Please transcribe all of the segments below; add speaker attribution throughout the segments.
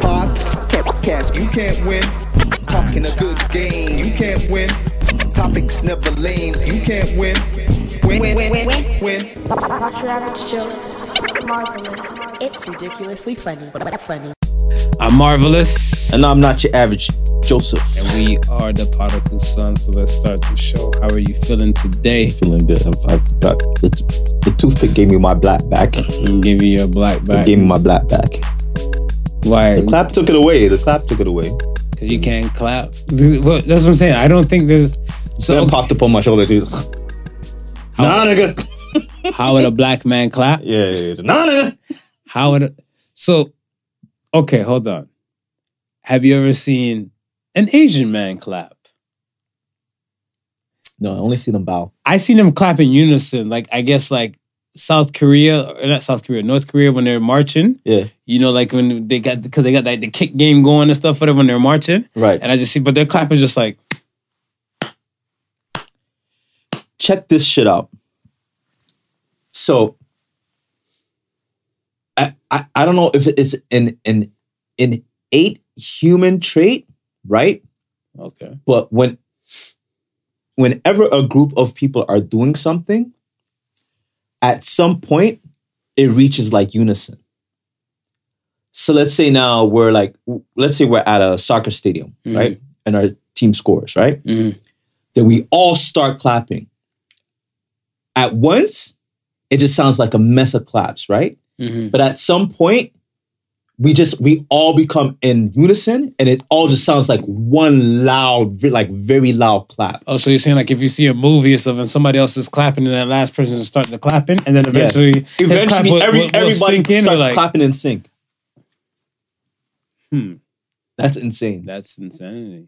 Speaker 1: Podcast, you can't win. Talking a good game, you can't win. Topics never lame, you can't win. Win, win, win, win. win.
Speaker 2: Dr. Average Joseph. Marvelous.
Speaker 3: It's ridiculously funny, but funny.
Speaker 4: I'm marvelous.
Speaker 5: And I'm not your average Joseph.
Speaker 4: And we are the Particle Sun. So let's start the show. How are you feeling today?
Speaker 5: Feeling good. I've, I've got it's, the toothpick gave me my black back. It
Speaker 4: And give you your black back.
Speaker 5: gave me my black back.
Speaker 4: Why?
Speaker 5: The clap took it away. The clap took it away.
Speaker 4: Because you can't clap. Well, that's what I'm saying. I don't think there's.
Speaker 5: So
Speaker 4: So
Speaker 5: then popped up on my shoulder too. Nah, nigga.
Speaker 4: how would a black man clap?
Speaker 5: Yeah, yeah, yeah. Nah, nigga.
Speaker 4: How would? A, so, okay, hold on. Have you ever seen an Asian man clap?
Speaker 5: No, I only see them bow.
Speaker 4: I seen them clap in unison. Like I guess like South Korea or not South Korea, North Korea when they're marching.
Speaker 5: Yeah,
Speaker 4: You know, like when they got because they got like the kick game going and stuff. Whatever when they're marching,
Speaker 5: right.
Speaker 4: and I just see, but their clap is just like
Speaker 5: check this shit out. So I I, I don't know if it's an an an eight human trait, right?
Speaker 4: okay,
Speaker 5: But when whenever a group of people are doing something, at some point it reaches like unison. So let's say now we're like let's say we're at a soccer stadium,
Speaker 4: Mhm.
Speaker 5: right? And our team scores, right?
Speaker 4: Mhm.
Speaker 5: then we all start clapping. At once, it just sounds like a mess of claps, right?
Speaker 4: Mhm.
Speaker 5: But at some point, we just we all become in unison, and it all just sounds like one loud, ve- like very loud clap.
Speaker 4: Oh, so you're saying like if you see a movie or something, somebody else is clapping and that last person is starting to clapping, and then eventually, his clap
Speaker 5: Eventually,
Speaker 4: will-
Speaker 5: every,
Speaker 4: will- will
Speaker 5: everybody
Speaker 4: sink in,
Speaker 5: starts
Speaker 4: like,
Speaker 5: clapping in sync.
Speaker 4: Hmm.
Speaker 5: That's insane.
Speaker 4: That's insanity.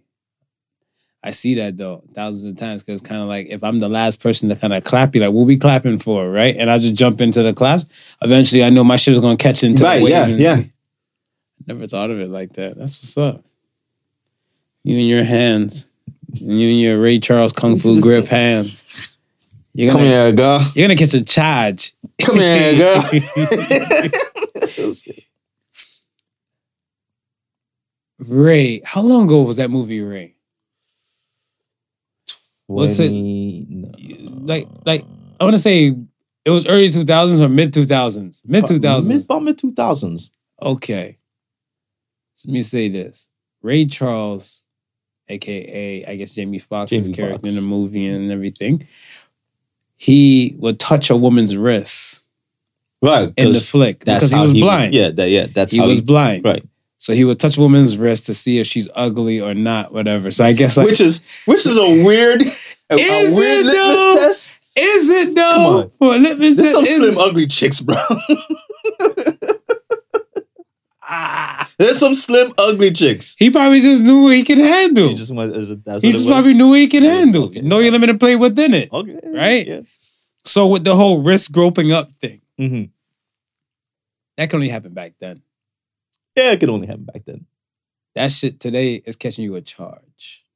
Speaker 4: I see that though thousands of times because kind of like if I'm the last person to kind of clap, you like, what we clapping for, right? And I just jump into the claps. Eventually, I know my shit is gonna catch into
Speaker 5: Right,
Speaker 4: the wave.
Speaker 5: yeah,
Speaker 4: and-
Speaker 5: yeah.
Speaker 4: Never thought of it like that. That's what's up. You and your hands, you and your Ray Charles kung fu grip hands. You're gonna,
Speaker 5: here, girl.
Speaker 4: you're gonna catch a charge.
Speaker 5: Come here, girl.
Speaker 4: Ray, how long ago was that movie, Ray? What's it-
Speaker 5: 20 no.
Speaker 4: Like, like I want to say it was early 2000s or mid 2000s. Mid 2000s.
Speaker 5: Mid- About mid two thousands.
Speaker 4: Okay. Let me say this. Ray Charles, aka I guess Jamie Foxx's
Speaker 5: Jamie
Speaker 4: character
Speaker 5: Foxx.
Speaker 4: in the movie and everything, he would touch a woman's wrist
Speaker 5: Right.
Speaker 4: in the
Speaker 5: 'cause
Speaker 4: flick
Speaker 5: that's
Speaker 4: because he
Speaker 5: how
Speaker 4: was blind.
Speaker 5: Yeah, that, yeah, that's
Speaker 4: he
Speaker 5: how
Speaker 4: was blind.
Speaker 5: right.
Speaker 4: So he would touch a woman's wrist to see if she's ugly or not, whatever. So I guess like
Speaker 5: which is which is a weird, a, a
Speaker 4: Is
Speaker 5: weird
Speaker 4: it
Speaker 5: litmus
Speaker 4: though?
Speaker 5: test.
Speaker 4: is it
Speaker 5: Come
Speaker 4: though?
Speaker 5: on.
Speaker 4: For litmus
Speaker 5: There's
Speaker 4: test,
Speaker 5: some
Speaker 4: is
Speaker 5: slim,
Speaker 4: it-
Speaker 5: ugly chicks, bro.
Speaker 4: Ah.
Speaker 5: There's some slim, ugly chicks.
Speaker 4: He probably just knew what he can handle.
Speaker 5: You just want, is it, that's
Speaker 4: he
Speaker 5: what
Speaker 4: just
Speaker 5: it was?
Speaker 4: probably knew what he can
Speaker 5: Yeah,
Speaker 4: handle.
Speaker 5: okay. Oh.
Speaker 4: Know your limit and play within it.
Speaker 5: okay,
Speaker 4: right?
Speaker 5: Yeah.
Speaker 4: So with the whole wrist groping up thing,
Speaker 5: hmm
Speaker 4: that can only happen back then.
Speaker 5: yeah, it could only happen back then.
Speaker 4: That shit today is catching you a charge.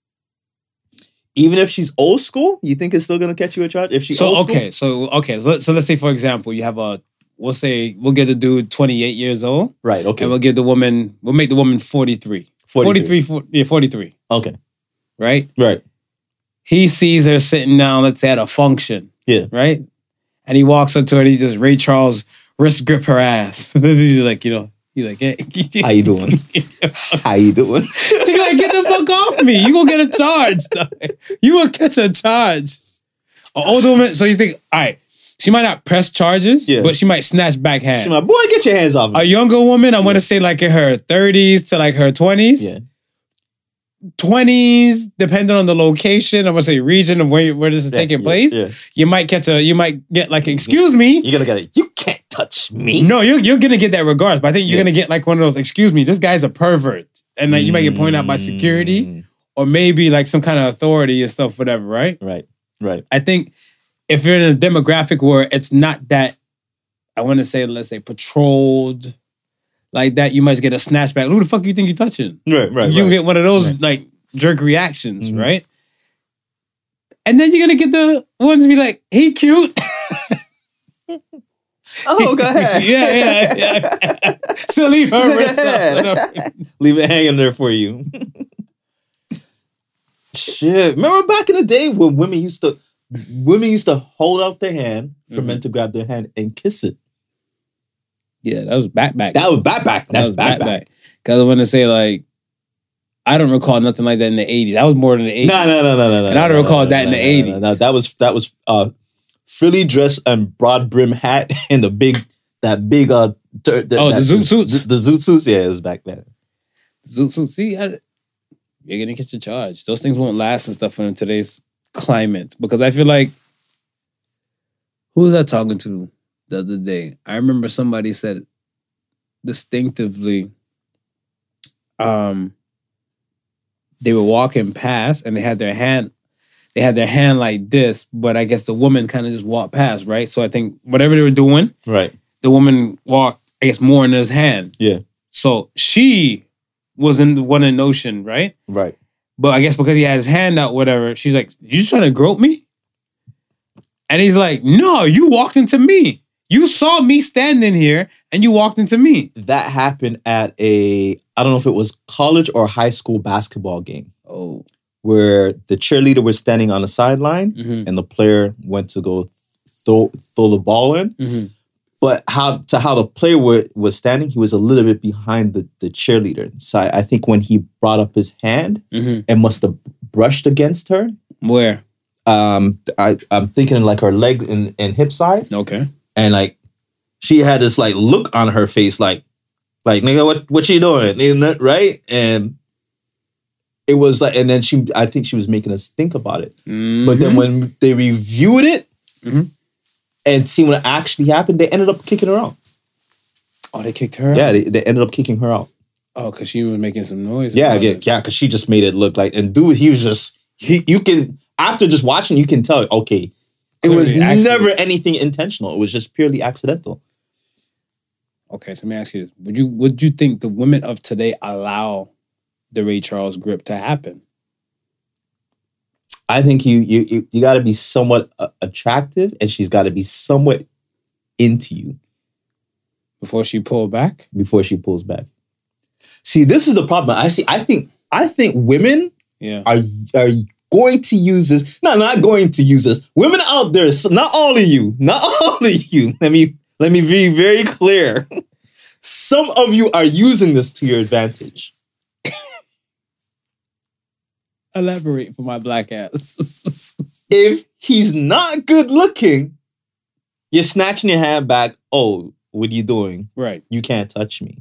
Speaker 5: Even if she's old school, you think it's still gonna catch you a charge? If she's
Speaker 4: so
Speaker 5: old
Speaker 4: okay, so okay, so, let, so let's say for example, you have a we'll say we'll get the dude 28 years old,
Speaker 5: school, right? Okay,
Speaker 4: and we'll give the woman we'll make the woman 43. 43,
Speaker 5: 43.
Speaker 4: four- yeah, 43,
Speaker 5: okay,
Speaker 4: right?
Speaker 5: right.
Speaker 4: He sees her sitting down, let's say at a function.
Speaker 5: Yeah.
Speaker 4: Right? And he walks up to her and he just Ray Charles wrist grip her ass. he's like, you know, he's like, hey.
Speaker 5: How you doing? How you doing?
Speaker 4: She's like, get the fuck off me. You gonna get a charge. dog. You will catch a charge. An older woman, so you think, all right, she might not press charges,
Speaker 5: Yeah.
Speaker 4: but she might snatch back
Speaker 5: She's
Speaker 4: hand.
Speaker 5: my boy. Get your hands off
Speaker 4: a
Speaker 5: me.
Speaker 4: younger woman, I want to say like in her 30s to like her 20s.
Speaker 5: Yeah.
Speaker 4: 20s, depending on the location, I'm gonna say region of where, where this is
Speaker 5: Yeah,
Speaker 4: taking
Speaker 5: yeah,
Speaker 4: place,
Speaker 5: yeah.
Speaker 4: you might catch a, you might get like, excuse me.
Speaker 5: You're gonna get it. You can't touch me.
Speaker 4: No, you're, you're gonna get that regardless, but I think you're
Speaker 5: Yeah.
Speaker 4: gonna get like one of those, excuse me, this guy's a pervert. And like you might get pointed out by security or maybe like some kind of authority and stuff, whatever, right?
Speaker 5: Right, right.
Speaker 4: I think if you're in a demographic where it's not that, I want to say, let's say, patrolled like that, you might get a snatchback. Who the fuck you think you're touching?
Speaker 5: Right, right.
Speaker 4: you
Speaker 5: right.
Speaker 4: get one of those
Speaker 5: Right.
Speaker 4: like jerk reactions,
Speaker 5: Mhm.
Speaker 4: right? And then you're gonna get the ones be like, "He cute."
Speaker 5: oh, go ahead.
Speaker 4: yeah, yeah, yeah. so leave her wrist up.
Speaker 5: Leave it hanging there for you. Shit. Remember back in the day when women used to women used to hold out their hand for
Speaker 4: Mm-hmm.
Speaker 5: men to grab their hand and kiss it.
Speaker 4: Yeah, that was back back.
Speaker 5: That was back back. That's
Speaker 4: was
Speaker 5: back back.
Speaker 4: Because I want to say like, I don't recall nothing like that in the eighties. That was more than the eighties.
Speaker 5: No, no, no, no, no, no.
Speaker 4: And I
Speaker 5: no,
Speaker 4: don't
Speaker 5: no,
Speaker 4: recall
Speaker 5: no,
Speaker 4: that in
Speaker 5: no,
Speaker 4: the
Speaker 5: no,
Speaker 4: 80s.
Speaker 5: no, No, that was that was uh frilly dress and broad brim hat and the big that big uh tur-
Speaker 4: Oh, the
Speaker 5: that-
Speaker 4: zoot suits.
Speaker 5: The, the zoot suits, yeah, it was back then.
Speaker 4: So, so see, I, you're gonna get your charge. Those things won't last and stuff in today's climate because I feel like who was I talking to the other day? I remember somebody said distinctively, um, they were walking past and they had their hand. They had their hand like this, but I guess the woman kind of just walked past, right? So I think whatever they were doing,
Speaker 5: Right.
Speaker 4: the woman walked, I guess, more in his hand.
Speaker 5: Yeah.
Speaker 4: So she was in the one in notion, right?
Speaker 5: Right.
Speaker 4: But I guess because he had his hand out, whatever, she's like, You just trying to grope me? And he's like, No, you walked into me. You saw me standing here and you walked into me.
Speaker 5: That happened at a I don't know if it was college or high school basketball game
Speaker 4: Oh.
Speaker 5: where the cheerleader was standing on the sideline
Speaker 4: Mhm.
Speaker 5: and the player went to go throw throw the ball in.
Speaker 4: Mhm.
Speaker 5: But how to how the player wa- was standing, he was a little bit behind the, the cheerleader. So I, I think when he brought up his hand
Speaker 4: Mhm.
Speaker 5: and must have brushed against her,
Speaker 4: Where?
Speaker 5: um, I, I'm thinking like her leg and, and hip side,
Speaker 4: Okay.
Speaker 5: and like she had this like look on her face, like like nigga, what what you doing, Nigga, nut- right? And it was like, and then she, I think she was making us think about it. But
Speaker 4: Mm-hmm.
Speaker 5: then when they reviewed it
Speaker 4: Mhm.
Speaker 5: and seen what actually happened, they ended up kicking her out.
Speaker 4: Oh, they kicked her?
Speaker 5: Yeah, they, they ended up kicking her out.
Speaker 4: Oh, because she was making some noise.
Speaker 5: Yeah,
Speaker 4: about
Speaker 5: yeah,
Speaker 4: it.
Speaker 5: yeah, because she just made it look like and dude, he was just he, you can after just watching, you can tell okay, it was
Speaker 4: Clearly accident.
Speaker 5: never anything intentional. It was just purely accidental.
Speaker 4: Okay, so let me ask you this. Would you would you think the women of today allow the Ray Charles grip to happen?
Speaker 5: I think you you you, you got to be somewhat uh, attractive, and she's got to be somewhat into you
Speaker 4: Before she pulled back?
Speaker 5: before she pulls back. See, this is the problem. I see. I think I think women
Speaker 4: Yeah.
Speaker 5: are are going to use this. No, not going to use this. Women out there, so not all of you, not all of you. Let me let me be very clear. Some of you are using this to your advantage.
Speaker 4: Elaborate for my black ass.
Speaker 5: If he's not good looking, you're snatching your hand back. Oh, what are you doing?
Speaker 4: right.
Speaker 5: You can't touch me.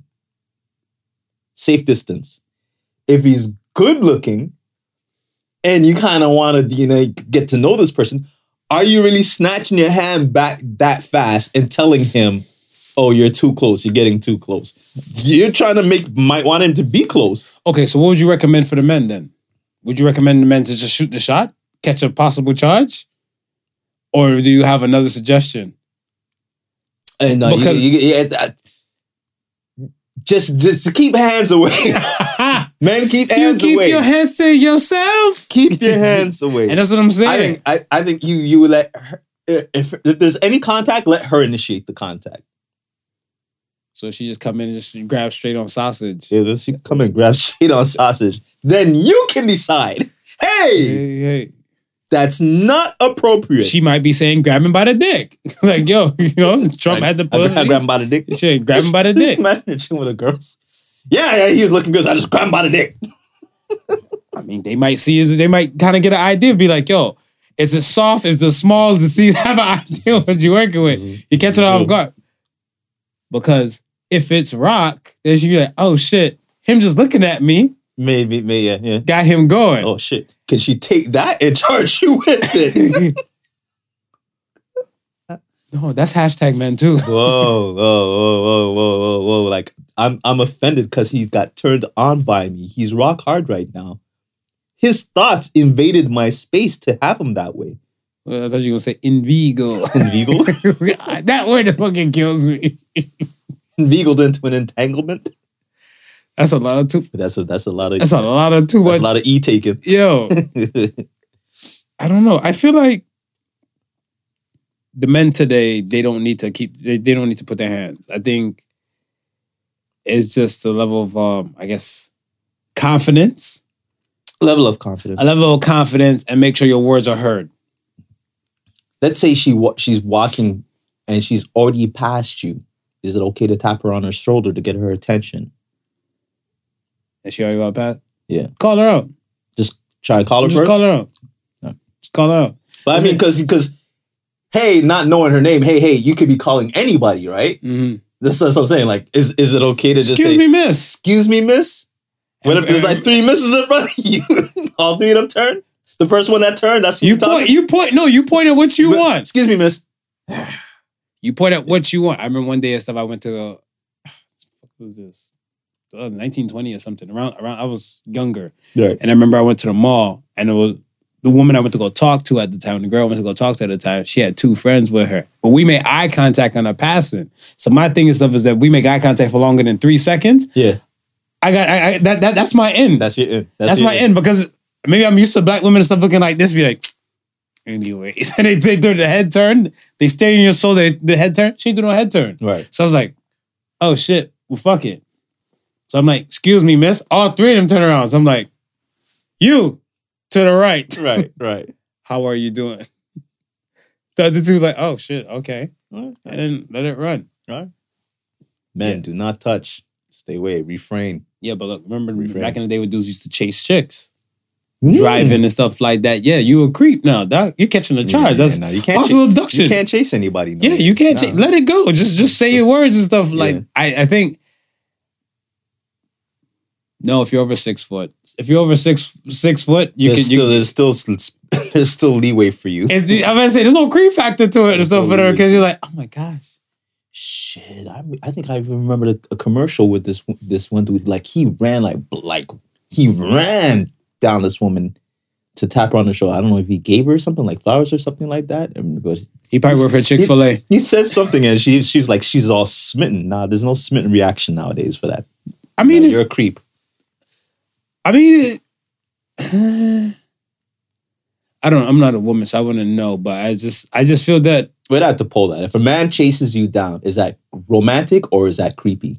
Speaker 5: Safe distance. If he's good looking and you kind of want to, you know, get to know this person, are you really snatching your hand back that fast and telling him, oh, you're too close, you're getting too close? You're trying to make, might want him to be close.
Speaker 4: Okay, so what would you recommend for the men then? Would you recommend the men to just shoot the shot, catch a possible charge? Or do you have another suggestion?
Speaker 5: And uh, you-
Speaker 4: Because-
Speaker 5: you- you- it's, uh, just, just keep hands away. Men, keep
Speaker 4: you
Speaker 5: hands
Speaker 4: keep
Speaker 5: away.
Speaker 4: your hands to yourself.
Speaker 5: keep your hands away.
Speaker 4: And that's what I'm
Speaker 5: I
Speaker 4: saying.
Speaker 5: think I, I think you you would let her if if there's any contact, let her initiate the contact.
Speaker 4: so she just come in and just grab straight on sausage.
Speaker 5: Yeah, then she come and grab straight on sausage. Then you can decide. Hey,
Speaker 4: Hey, hey.
Speaker 5: that's not appropriate.
Speaker 4: She might be saying grab him by the dick. like, yo, you know, Trump had the
Speaker 5: I,
Speaker 4: pussy.
Speaker 5: I grabbed him by the dick.
Speaker 4: Shit, grab him by the dick.
Speaker 5: Imagine chilling with the girls. Yeah, yeah, he was looking good. So I just grabbed him by the dick.
Speaker 4: I mean, they might see it. They might kind of get an idea. Be like, yo, is it soft? Is it small? To see have an idea what you're working
Speaker 5: Mm-hmm.
Speaker 4: with. You catch it off guard. Because if it's rock, then you be like, oh shit, him just looking at me
Speaker 5: Maybe, maybe, yeah, yeah.
Speaker 4: got him going.
Speaker 5: Oh shit! Can she take that and charge you with it?
Speaker 4: No, that's hashtag men too.
Speaker 5: whoa, whoa, whoa, whoa, whoa, whoa, whoa. Like I'm I'm offended because he's got turned on by me. He's rock hard right now. His thoughts invaded my space to have him that way.
Speaker 4: Well, Uh, I thought you were gonna say invigo.
Speaker 5: Inveigled?
Speaker 4: that word fucking kills me.
Speaker 5: Inveigled into an entanglement.
Speaker 4: That's a lot of too.
Speaker 5: But that's a that's a lot of
Speaker 4: That's a lot of too much.
Speaker 5: that's a lot of E taken.
Speaker 4: yo, I don't know. I feel like the men today they don't need to keep they, they don't need to put their hands. I think It's just a level of, um, I guess, confidence,
Speaker 5: Level of confidence.
Speaker 4: a level of confidence, and make sure your words are heard.
Speaker 5: Let's say she wa- she's walking and she's already past you. Is it okay to tap her on her shoulder to get her attention?
Speaker 4: And she already got past.
Speaker 5: Yeah.
Speaker 4: Call her out.
Speaker 5: Just try to call her
Speaker 4: Just
Speaker 5: first.
Speaker 4: call her out.
Speaker 5: No.
Speaker 4: Just call her out.
Speaker 5: But I mean, because because hey, not knowing her name, hey, hey, you could be calling anybody, right?
Speaker 4: Mm-hmm.
Speaker 5: This is what I'm saying. Like, is is it okay to just
Speaker 4: Excuse
Speaker 5: say,
Speaker 4: me, miss.
Speaker 5: excuse me, miss? What if there's like three misses in front of you? All three of them turn. The first one that turned, that's who
Speaker 4: You
Speaker 5: you're talking
Speaker 4: point. You point. No, you point at what you
Speaker 5: But-
Speaker 4: want.
Speaker 5: Excuse me, miss.
Speaker 4: You point at what you want. I remember one day and stuff. I went to uh, what was this? Uh, 1920 or something. Around around. I was younger,
Speaker 5: Right.
Speaker 4: and I remember I went to the mall, and it was the woman I went to go talk to at the time. The girl I went to go talk to at the time. She had two friends with her, but we made eye contact on her passing. So my thing and stuff is that we make eye contact for longer than three seconds.
Speaker 5: Yeah.
Speaker 4: I got I, I, that, that. That's my end.
Speaker 5: That's your end.
Speaker 4: That's,
Speaker 5: your
Speaker 4: my end because maybe I'm used to black women and stuff looking like this. Be like, anyways, and they they do the head turn. They stare in your soul. They the head turn. She ain't do no head turn.
Speaker 5: Right.
Speaker 4: So I was like, oh shit, well fuck it. So I'm like, excuse me, miss. All three of them turn around. So I'm like, you to the right.
Speaker 5: Right. Right.
Speaker 4: How are you doing? The other two like, oh shit, okay. And then let it run.
Speaker 5: Men, do not touch. Stay away. Refrain.
Speaker 4: Yeah, but look, remember
Speaker 5: Refrain.
Speaker 4: back in the day when dudes used to chase chicks, driving and stuff like that. Yeah, you a creep now, dog. You're catching the
Speaker 5: Yeah,
Speaker 4: charge.
Speaker 5: yeah,
Speaker 4: That's
Speaker 5: no, you can't
Speaker 4: possible
Speaker 5: cha-
Speaker 4: abduction.
Speaker 5: You can't chase anybody. no.
Speaker 4: Yeah, you can't
Speaker 5: Nah.
Speaker 4: cha- let it go. Just just say your words and stuff.
Speaker 5: Yeah.
Speaker 4: Like I, I think. No, if you're over six foot, if you're over six six foot, you
Speaker 5: there's
Speaker 4: can.
Speaker 5: still,
Speaker 4: You,
Speaker 5: there's still there's still leeway for you.
Speaker 4: it's the, I'm gonna say there's no creep factor to it and
Speaker 5: There's
Speaker 4: stuff
Speaker 5: no
Speaker 4: for her
Speaker 5: leeway.
Speaker 4: because you're like, oh my gosh,
Speaker 5: Shit, I, I think I even remember a, a commercial with this this one dude. Like he ran like bl- like he ran down this woman to tap her on the shoulder. I don't know if he gave her something like flowers or something like that. I mean, but
Speaker 4: he probably worked for Chick Fil A.
Speaker 5: he said something and she she's like she's all smitten. Nah, there's no smitten reaction nowadays for that.
Speaker 4: I mean,
Speaker 5: Nah,
Speaker 4: it's,
Speaker 5: you're a creep.
Speaker 4: I mean, it, I don't. I'm not a woman, so I wouldn't know. But I just, I just feel that
Speaker 5: We'd have to poll that. If a man chases you down, is that romantic or is that creepy?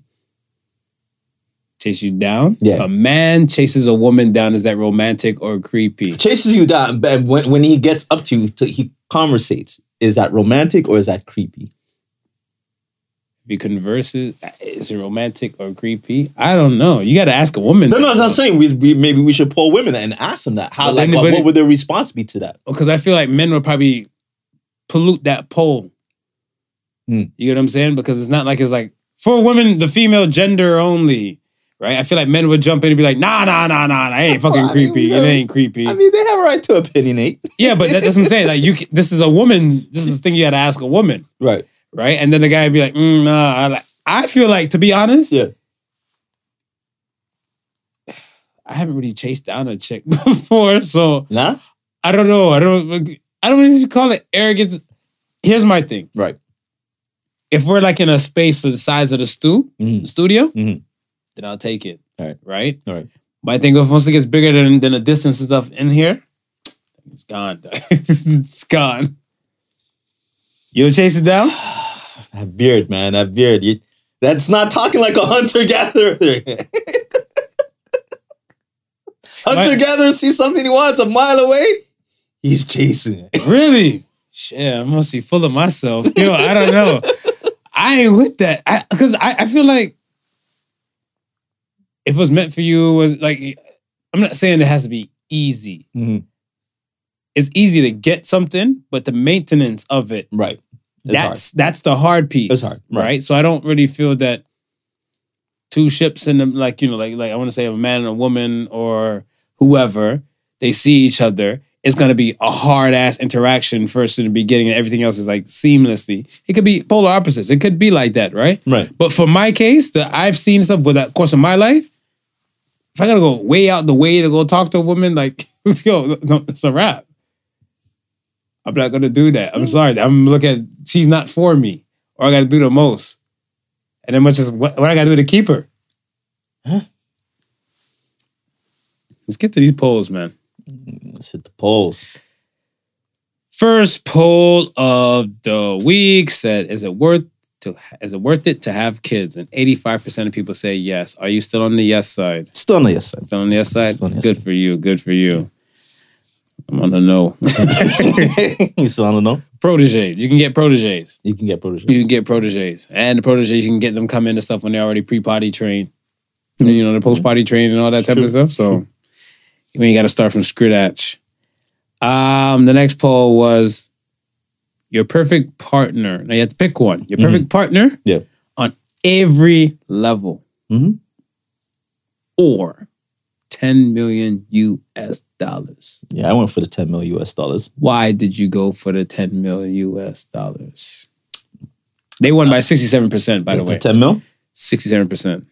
Speaker 4: chase you down.
Speaker 5: Yeah.
Speaker 4: If a man chases a woman down, is that romantic or creepy?
Speaker 5: Chases you down, but when, when he gets up to you, to, he conversates. Is that romantic or is that creepy?
Speaker 4: If you converse, is it romantic or creepy? I don't know. You got to ask a woman.
Speaker 5: No, no, as I'm saying, we, we maybe we should poll women and ask them that. How
Speaker 4: But
Speaker 5: like
Speaker 4: then-
Speaker 5: what,
Speaker 4: but
Speaker 5: what
Speaker 4: it-
Speaker 5: would their response be to that?
Speaker 4: because I feel like men would probably pollute that poll.
Speaker 5: Hmm.
Speaker 4: You get what I'm saying? Because it's not like it's like for women, the female gender only, right? I feel like men would jump in and be like, Nah, nah, nah, nah, nah. It ain't fucking
Speaker 5: I mean,
Speaker 4: creepy.
Speaker 5: yeah.
Speaker 4: It ain't creepy.
Speaker 5: I mean, they have a right to eh? opinionate,
Speaker 4: yeah, but that, that's what I'm saying. Like you, c- this is a woman. This is a thing you got to ask a woman,
Speaker 5: right?
Speaker 4: right? And then the guy would be like, mm, Nah. I, like, I feel like, to be honest,
Speaker 5: Yeah.
Speaker 4: I haven't really chased down a chick before, so.
Speaker 5: Nah,
Speaker 4: I don't know. I don't. I don't even call it arrogance. Here's my thing.
Speaker 5: right?
Speaker 4: If we're like in a space the size of the stu
Speaker 5: Mm.
Speaker 4: studio,
Speaker 5: Mhm.
Speaker 4: then I'll take it.
Speaker 5: Alright.
Speaker 4: Right.
Speaker 5: Alright.
Speaker 4: But I think if once it gets bigger than than the distance and stuff in here, it's gone. it's gone. You'll chase it down.
Speaker 5: That beard, man, that beard. You, that's not talking like a hunter gatherer. hunter gatherer sees something he wants a mile away. He's chasing it.
Speaker 4: Really? Shit, I must be full of myself. Yo, I don't know. I ain't with that. I because I, I feel like if it was meant for you was like I'm not saying it has to be easy.
Speaker 5: Mm-hmm.
Speaker 4: It's easy to get something, but the maintenance of it,
Speaker 5: Right. It's
Speaker 4: that's that's the hard piece.
Speaker 5: It's hard, right.
Speaker 4: right. So I don't really feel that two ships in them, like, you know, like like I want to say a man and a woman or whoever, they see each other. It's gonna be a hard ass interaction first in the beginning, and everything else is like seamlessly. It could be polar opposites. It could be like that, right?
Speaker 5: Right.
Speaker 4: But for my case, that I've seen stuff with that course of my life. If I gotta go way out the way to go talk to a woman, like yo, no, it's a wrap. I'm not gonna do that. I'm sorry. I'm looking. At, she's not for me, or I gotta do the most. And then much as what, what I gotta do to keep her. Let's get to these polls, man.
Speaker 5: Let's hit the polls.
Speaker 4: First poll of the week said, "Is it worth to is it worth it to have kids? And 85% of people say yes. Are you still on the yes side?
Speaker 5: Still no yes side.
Speaker 4: Still on the yes side?
Speaker 5: Still on the yes
Speaker 4: good for you. Good for you. I'm on the no.
Speaker 5: you still don't know.
Speaker 4: proteges. You can get proteges.
Speaker 5: You can get protege.
Speaker 4: You can get proteges. And the proteges, you can get them come in and stuff when they're already pre potty trained. You know, the post potty trained and all that type
Speaker 5: Mm-hmm. True.
Speaker 4: of stuff. So you ain't got to start from scratch. Um, the next poll was your perfect partner. Now you have to pick one. Your perfect partner
Speaker 5: Mm-hmm. Yeah.
Speaker 4: on every level
Speaker 5: Mhm.
Speaker 4: or 10 million US dollars.
Speaker 5: Yeah, I went for the 10 mil US dollars.
Speaker 4: Why did you go for the 10 million US dollars? They won by 67%, by the way.
Speaker 5: 10 mil?
Speaker 4: 67%.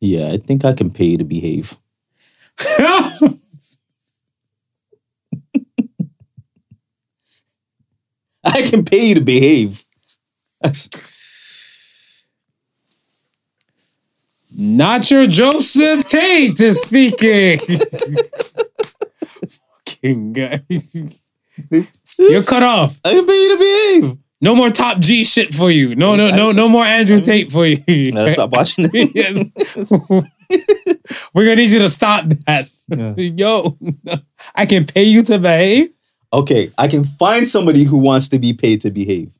Speaker 5: Yeah, I think I can pay you to behave. I can pay you to behave.
Speaker 4: Not your Joseph Tate is speaking. Fucking guy. You're cut off.
Speaker 5: I can pay you to behave.
Speaker 4: No more top G shit for you. No, no, no, no more Andrew Tate for you.
Speaker 5: Now stop watching it.
Speaker 4: Yes. We're gonna need you to stop that.
Speaker 5: Yeah.
Speaker 4: Yo, I can pay you to behave.
Speaker 5: Okay, I can find somebody who wants to be paid to behave.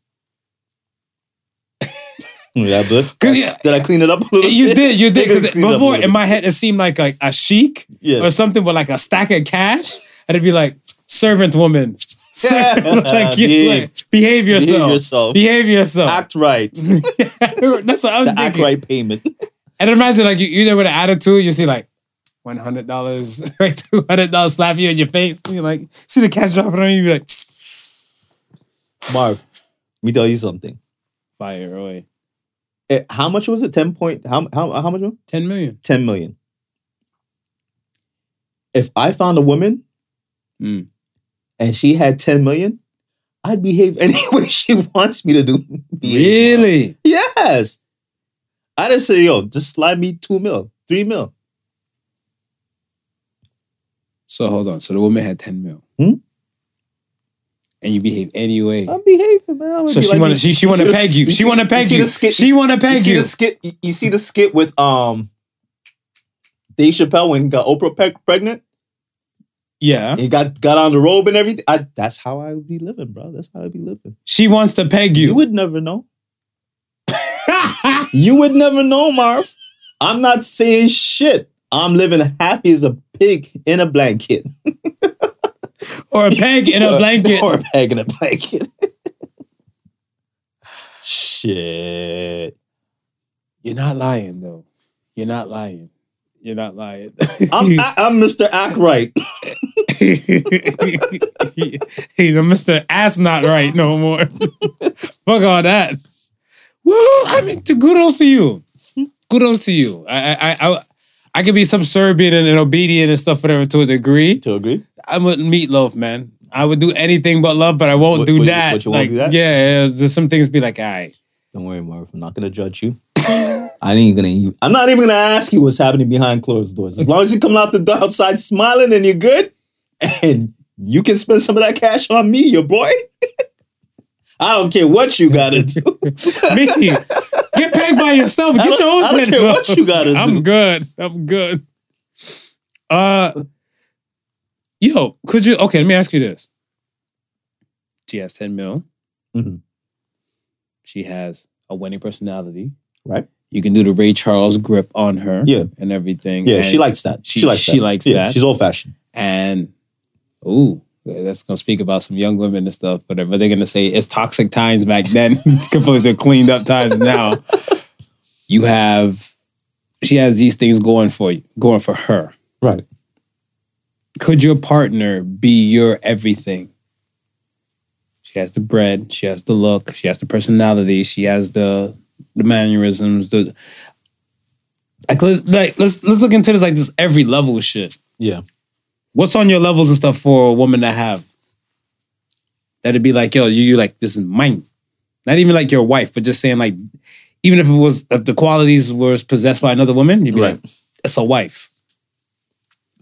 Speaker 5: yeah, but
Speaker 4: 'Cause yeah-
Speaker 5: did I clean it up a little?
Speaker 4: You
Speaker 5: bit?
Speaker 4: did, you did.
Speaker 5: I think I
Speaker 4: 'cause
Speaker 5: cleaned up a
Speaker 4: before
Speaker 5: little
Speaker 4: in my head it seemed like like a chic
Speaker 5: Yeah.
Speaker 4: or something with like a stack of cash, and it'd be like servant woman. Servant, like, you,
Speaker 5: Behave.
Speaker 4: like, behave
Speaker 5: bit.
Speaker 4: yourself.
Speaker 5: behave yourself.
Speaker 4: Behave yourself.
Speaker 5: Act right. the
Speaker 4: That's what I was
Speaker 5: act
Speaker 4: thinking.
Speaker 5: right payment.
Speaker 4: And imagine like you you there with an attitude, you see like one hundred dollars, like two hundred dollars slap you in your face. You like see the cash dropping on you, you're like
Speaker 5: Marv, let me tell you something.
Speaker 4: fire away.
Speaker 5: Eh, How much was it? Ten point. How how how much? was it?
Speaker 4: Ten million.
Speaker 5: Ten million. If I found a woman
Speaker 4: Mm.
Speaker 5: and she had ten million, I'd behave any way she wants me to do. Behave.
Speaker 4: Really?
Speaker 5: Yes. I just say, yo, just slide me two mil, three mil.
Speaker 4: So hold on. So the woman had ten mil.
Speaker 5: Hmm?
Speaker 4: And you behave anyway.
Speaker 5: I'm behaving, man. I'm
Speaker 4: So she wanna she, she wanna peg you. She wanna peg you. She wanna peg
Speaker 5: see
Speaker 4: you.
Speaker 5: the skit. You, you see the skit with um, Dave Chappelle when he got Oprah pe- pregnant.
Speaker 4: Yeah.
Speaker 5: He got got on the robe and everything. I, that's how I would be living, bro. That's how I'd be living.
Speaker 4: She wants to peg
Speaker 5: You,
Speaker 4: you.
Speaker 5: would never know. You would never know, Marv. I'm not saying shit. I'm living happy as a pig in a blanket.
Speaker 4: or a peg in a blanket.
Speaker 5: or a bag in a blanket. shit.
Speaker 4: You're not lying though. You're not lying. You're not lying.
Speaker 5: I'm I, I'm Mr. Ackright.
Speaker 4: He's a Mr. Ass not right no more. Fuck all that. Well, I mean, to- kudos to you. Kudos to you. I, I, I, I, I could be some Serbian and, and obedient and stuff, whatever, to a degree.
Speaker 5: To agree?
Speaker 4: I'm with meatloaf, man. I would do anything but love, but I won't
Speaker 5: What-
Speaker 4: do
Speaker 5: what you-
Speaker 4: that.
Speaker 5: what you won't
Speaker 4: Like,
Speaker 5: do that?
Speaker 4: Yeah, yeah. There's some things be like, all right.
Speaker 5: Don't worry, Marv. I'm not gonna judge you. I ain't gonna. even- I'm not even gonna ask you what's happening behind closed doors. As long as you come out the door outside smiling and you're good, and you can spend some of that cash on me, your boy. I don't care what you gotta do.
Speaker 4: Me, get pegged by yourself. Get your own
Speaker 5: I don't
Speaker 4: ten
Speaker 5: care
Speaker 4: mil.
Speaker 5: what you gotta
Speaker 4: I'm
Speaker 5: do.
Speaker 4: good. I'm good. Uh, yo, could you? Okay, let me ask you this. She has ten mil.
Speaker 5: Mhm.
Speaker 4: She has a winning personality.
Speaker 5: Right.
Speaker 4: You can do the Ray Charles grip on her.
Speaker 5: Yeah.
Speaker 4: and everything.
Speaker 5: Yeah,
Speaker 4: and,
Speaker 5: she likes that. She,
Speaker 4: she-
Speaker 5: likes
Speaker 4: she
Speaker 5: that.
Speaker 4: likes
Speaker 5: yeah,
Speaker 4: that.
Speaker 5: She's old fashioned.
Speaker 4: and ooh. That's gonna speak about some young women and stuff, whatever. They're gonna say it's toxic times back then. it's completely cleaned up times now. You have, she has these things going for you, going for her.
Speaker 5: Right.
Speaker 4: could your partner be your everything? She has the bread, she has the look, she has the personality, she has the the mannerisms, the like let's like let's let's look into this like this every level shit.
Speaker 5: Yeah.
Speaker 4: What's on your levels and stuff for a woman to have? That'd be like, yo, you you like this is mine. Not even like your wife, but just saying like even if it was if the qualities were possessed by another woman, you'd be
Speaker 5: Right.
Speaker 4: like, it's a wife.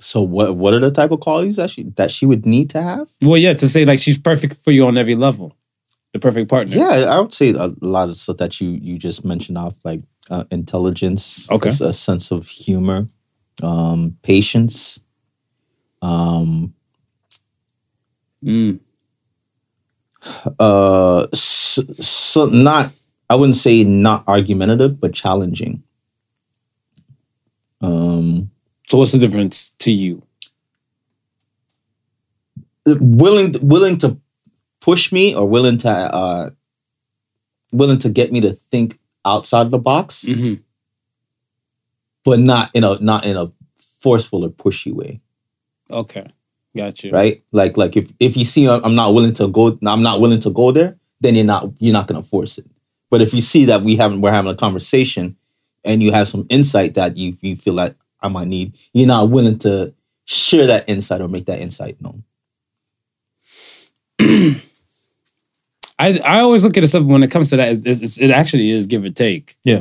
Speaker 5: So what what are the type of qualities that she that she would need to have?
Speaker 4: Well, yeah, to say like she's perfect for you on every level. the perfect partner.
Speaker 5: Yeah, I would say a lot of stuff that you you just mentioned off like uh, intelligence,
Speaker 4: Okay.
Speaker 5: s- a sense of humor, um, patience, um,
Speaker 4: Mm.
Speaker 5: uh, so, so not I wouldn't say not argumentative, but challenging. Um,
Speaker 4: So what's the difference to you?
Speaker 5: willing willing to push me or willing to uh, willing to get me to think outside the box.
Speaker 4: Mm-hmm.
Speaker 5: but not in a not in a forceful or pushy way,
Speaker 4: Okay, got you.
Speaker 5: right? Like like if if you see I'm I'm not willing to go, I'm not willing to go there, then you're not you're not gonna force it. But if you see that we haven't we're having a conversation, and you have some insight that you you feel like I might need, you're not willing to share that insight or make that insight known.
Speaker 4: I I always look at stuff when it comes to that. It's, it's, it actually is give or take.
Speaker 5: Yeah.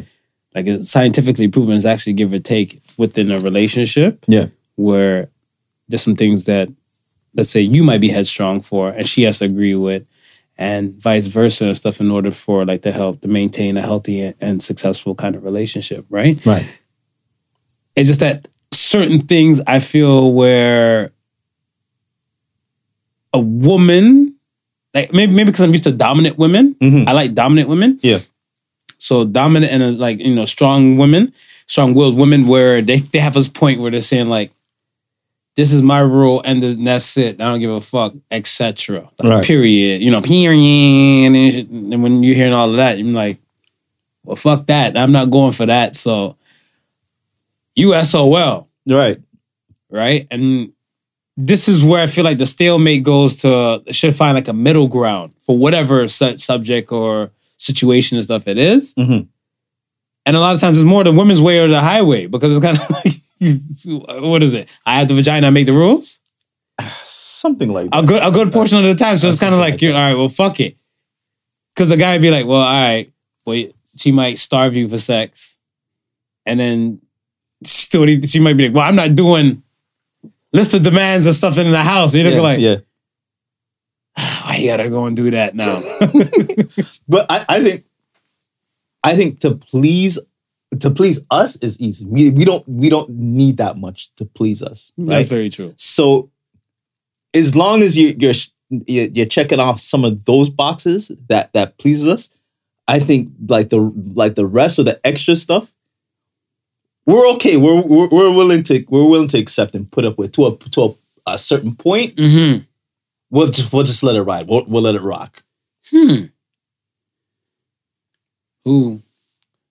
Speaker 4: like it's scientifically proven, it's actually give or take within a relationship.
Speaker 5: Yeah.
Speaker 4: where there's some things that, let's say, you might be headstrong for, and she has to agree with, and vice versa and stuff in order for like to help to maintain a healthy and, and successful kind of relationship, right?
Speaker 5: Right.
Speaker 4: It's just that certain things I feel where a woman, like maybe maybe because I'm used to dominant women,
Speaker 5: Mhm.
Speaker 4: I like dominant women.
Speaker 5: Yeah.
Speaker 4: So dominant and uh, like you know strong women, strong willed women, where they they have this point where they're saying like, "This is my rule, and then that's it. I don't give a fuck," etc. Like,
Speaker 5: Right.
Speaker 4: Period. You know, period. And, then shit- and when you're hearing all of that, you're like, "Well, fuck that. I'm not going for that." So you SOL
Speaker 5: Right.
Speaker 4: right? And this is where I feel like the stalemate goes to should find like a middle ground for whatever su- subject or situation and stuff it is.
Speaker 5: Mhm.
Speaker 4: And a lot of times it's more the women's way or the highway because it's kind of like, what is it? I have the vagina, I make the rules.
Speaker 5: Something like that.
Speaker 4: A good a good portion of the time, so it's
Speaker 5: That's
Speaker 4: kind of
Speaker 5: something
Speaker 4: like
Speaker 5: like
Speaker 4: you're all right. Well, fuck it, because the guy would be like, well, all right, wait, she might starve you for sex, and then still she might be like, well, I'm not doing list of demands and stuff in the house. You look
Speaker 5: yeah,
Speaker 4: like,
Speaker 5: yeah.
Speaker 4: I gotta go and do that now.
Speaker 5: But I, I think I think to please to please us is easy. We we don't we don't need that much to please us. Right?
Speaker 4: That's very true.
Speaker 5: So as long as you you're you're you're checking off some of those boxes that that pleases us, I think like the like the rest of the extra stuff, we're okay. We're we're, we're willing to we're willing to accept and put up with to a to a, a certain point.
Speaker 4: Mm-hmm.
Speaker 5: We'll just we'll just let it ride. We'll we'll let it rock.
Speaker 4: Hmm. Who,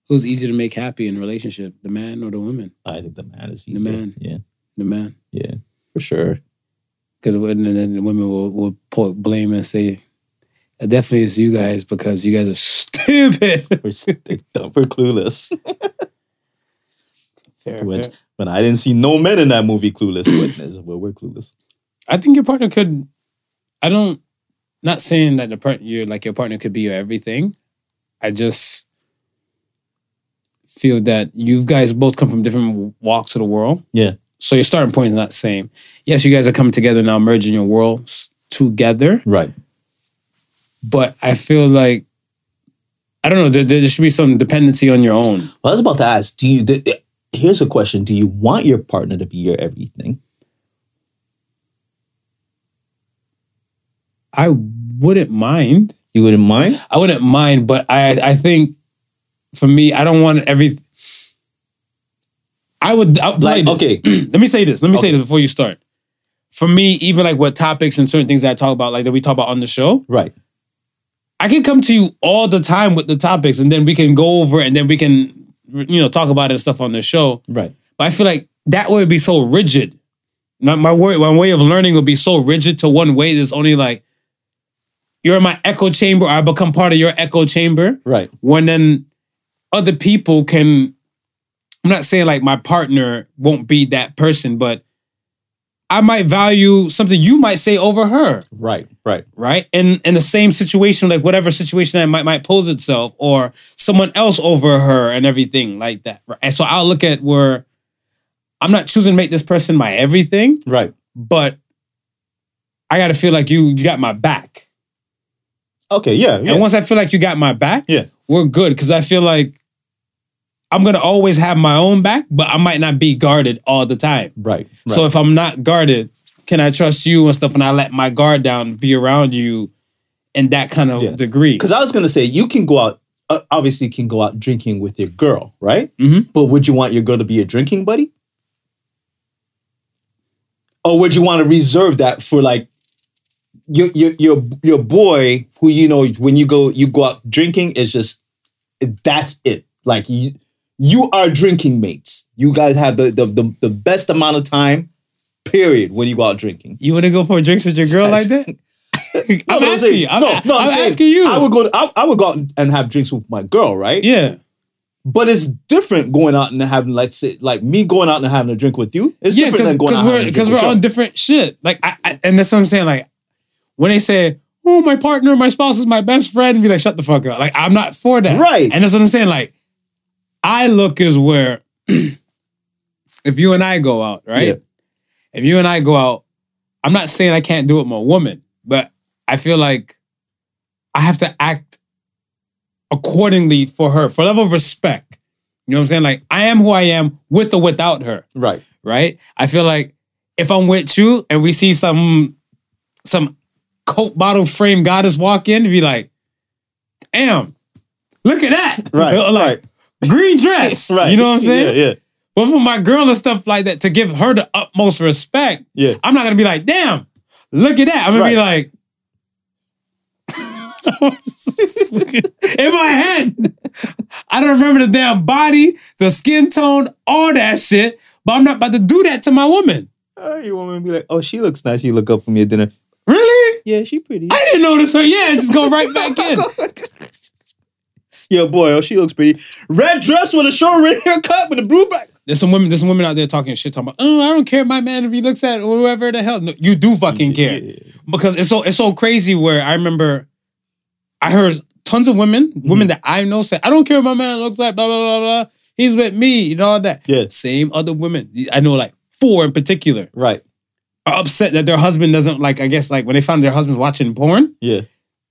Speaker 4: who's easy to make happy in a relationship, the man or the woman?
Speaker 5: I think the man is
Speaker 4: The
Speaker 5: easier.
Speaker 4: man.
Speaker 5: Yeah,
Speaker 4: The man.
Speaker 5: yeah, for sure.
Speaker 4: Because then the women will, will pull blame and say, "It definitely it's you guys because you guys are stupid.
Speaker 5: We're st- dumb. We're clueless.
Speaker 4: Fair,
Speaker 5: When, when I didn't see no men in that movie, Clueless. But well, we're clueless.
Speaker 4: I think your partner could. I don't. Not saying that the part your like your partner could be your everything. I just feel that you guys both come from different walks of the world.
Speaker 5: Yeah.
Speaker 4: So your starting point is not the same. Yes, you guys are coming together now, merging your worlds together.
Speaker 5: Right.
Speaker 4: But I feel like I don't know. There, there should be some dependency on your own.
Speaker 5: Well, I was about to ask. Do you? th- th- here's a question: Do you want your partner to be your everything?
Speaker 4: I wouldn't mind.
Speaker 5: You wouldn't mind.
Speaker 4: I wouldn't mind, but I I think for me, I don't want every. I would I,
Speaker 5: Like,
Speaker 4: this.
Speaker 5: okay.
Speaker 4: let me say this. Let me say
Speaker 5: Okay.
Speaker 4: this before you start. For me, even like what topics and certain things that I talk about, like that we talk about on the show,
Speaker 5: Right.
Speaker 4: I can come to you all the time with the topics, and then we can go over, and then we can you know talk about it and stuff on the show.
Speaker 5: Right.
Speaker 4: But I feel like that would be so rigid. My my, wor- my way of learning would be so rigid to one way that's only like you're in my echo chamber, or I become part of your echo chamber.
Speaker 5: Right.
Speaker 4: When then other people can, I'm not saying like my partner won't be that person, but I might value something you might say over her
Speaker 5: Right. Right.
Speaker 4: right? And in the same situation, like whatever situation that might might pose itself, or someone else over her and everything like that. Right? And so I'll look at where I'm not choosing to make this person my everything,
Speaker 5: Right.
Speaker 4: but I gotta feel like you you got my back.
Speaker 5: Okay, yeah, yeah.
Speaker 4: And once I feel like you got my back,
Speaker 5: Yeah.
Speaker 4: we're good. Because I feel like I'm gonna always have my own back, but I might not be guarded all the time.
Speaker 5: right, right.
Speaker 4: So if I'm not guarded, can I trust you and stuff? And I let my guard down, be around you, in that kind of
Speaker 5: Yeah.
Speaker 4: degree.
Speaker 5: Because I was gonna say you can go out. Uh, obviously, you can go out drinking with your girl, right?
Speaker 4: Mhm.
Speaker 5: But would you want your girl to be your drinking buddy, or would you want to reserve that for like your your your your boy who you know when you go you go out drinking is just that's it. Like you you are drinking mates. You guys have the the the, the best amount of time. Period. When you go out drinking.
Speaker 4: You want to go for drinks with your girl like that?
Speaker 5: No,
Speaker 4: I'm
Speaker 5: but
Speaker 4: asking
Speaker 5: saying-
Speaker 4: you. I'm,
Speaker 5: no, no,
Speaker 4: I'm
Speaker 5: saying
Speaker 4: asking you.
Speaker 5: I would go. To, I, I would go out and have drinks with my girl, right?
Speaker 4: yeah.
Speaker 5: But it's different going out and having like say, like me going out and having a drink with you. It's
Speaker 4: yeah,
Speaker 5: different
Speaker 4: because
Speaker 5: than going out
Speaker 4: we're because we're on
Speaker 5: on.
Speaker 4: different shit. Like, I, I and that's what I'm saying. Like, when they say, "Oh, my partner, my spouse is my best friend," be like, "Shut the fuck up!" Like, I'm not for that.
Speaker 5: Right.
Speaker 4: And that's what I'm saying. Like, I look is where if you and I go out, right?
Speaker 5: Yeah.
Speaker 4: If you and I go out, I'm not saying I can't do it with my woman, but I feel like I have to act accordingly for her, for level of respect. You know what I'm saying? Like, I am who I am with or without her
Speaker 5: right.
Speaker 4: right? I feel like if I'm with you and we see some some Coke bottle frame goddess walk in, be like, damn, look at that.
Speaker 5: Right,
Speaker 4: like green dress.
Speaker 5: Right.
Speaker 4: You know what I'm saying?
Speaker 5: Yeah, yeah.
Speaker 4: But for my girl and stuff like that, to give her the utmost respect,
Speaker 5: Yeah.
Speaker 4: I'm not gonna be like, damn, look at that. I'm gonna be like, in my head, I don't remember the damn body, the skin tone, all that shit. But I'm not about to do that to my woman.
Speaker 5: Uh, your woman be like, "Oh, she looks nice." You look up from your dinner. Ah,
Speaker 4: Really?
Speaker 5: Yeah, she pretty.
Speaker 4: I didn't notice her. Yeah, just go right back in.
Speaker 5: yeah, boy. Oh, she looks pretty. Red dress with a short red haircut with a blue back.
Speaker 4: There's some women. There's some women out there talking shit, talking about, oh, I don't care my man if he looks at or whoever the hell. No, you do fucking care because it's so it's so crazy. Where I remember, I heard tons of women,
Speaker 5: Mm-hmm.
Speaker 4: women that I know say, I don't care what my man looks like, blah blah blah blah. He's with me and all that.
Speaker 5: Yeah.
Speaker 4: Same other women I know, like four in particular,
Speaker 5: Right.
Speaker 4: are upset that their husband doesn't like. I guess like when they found their husband watching porn,
Speaker 5: Yeah.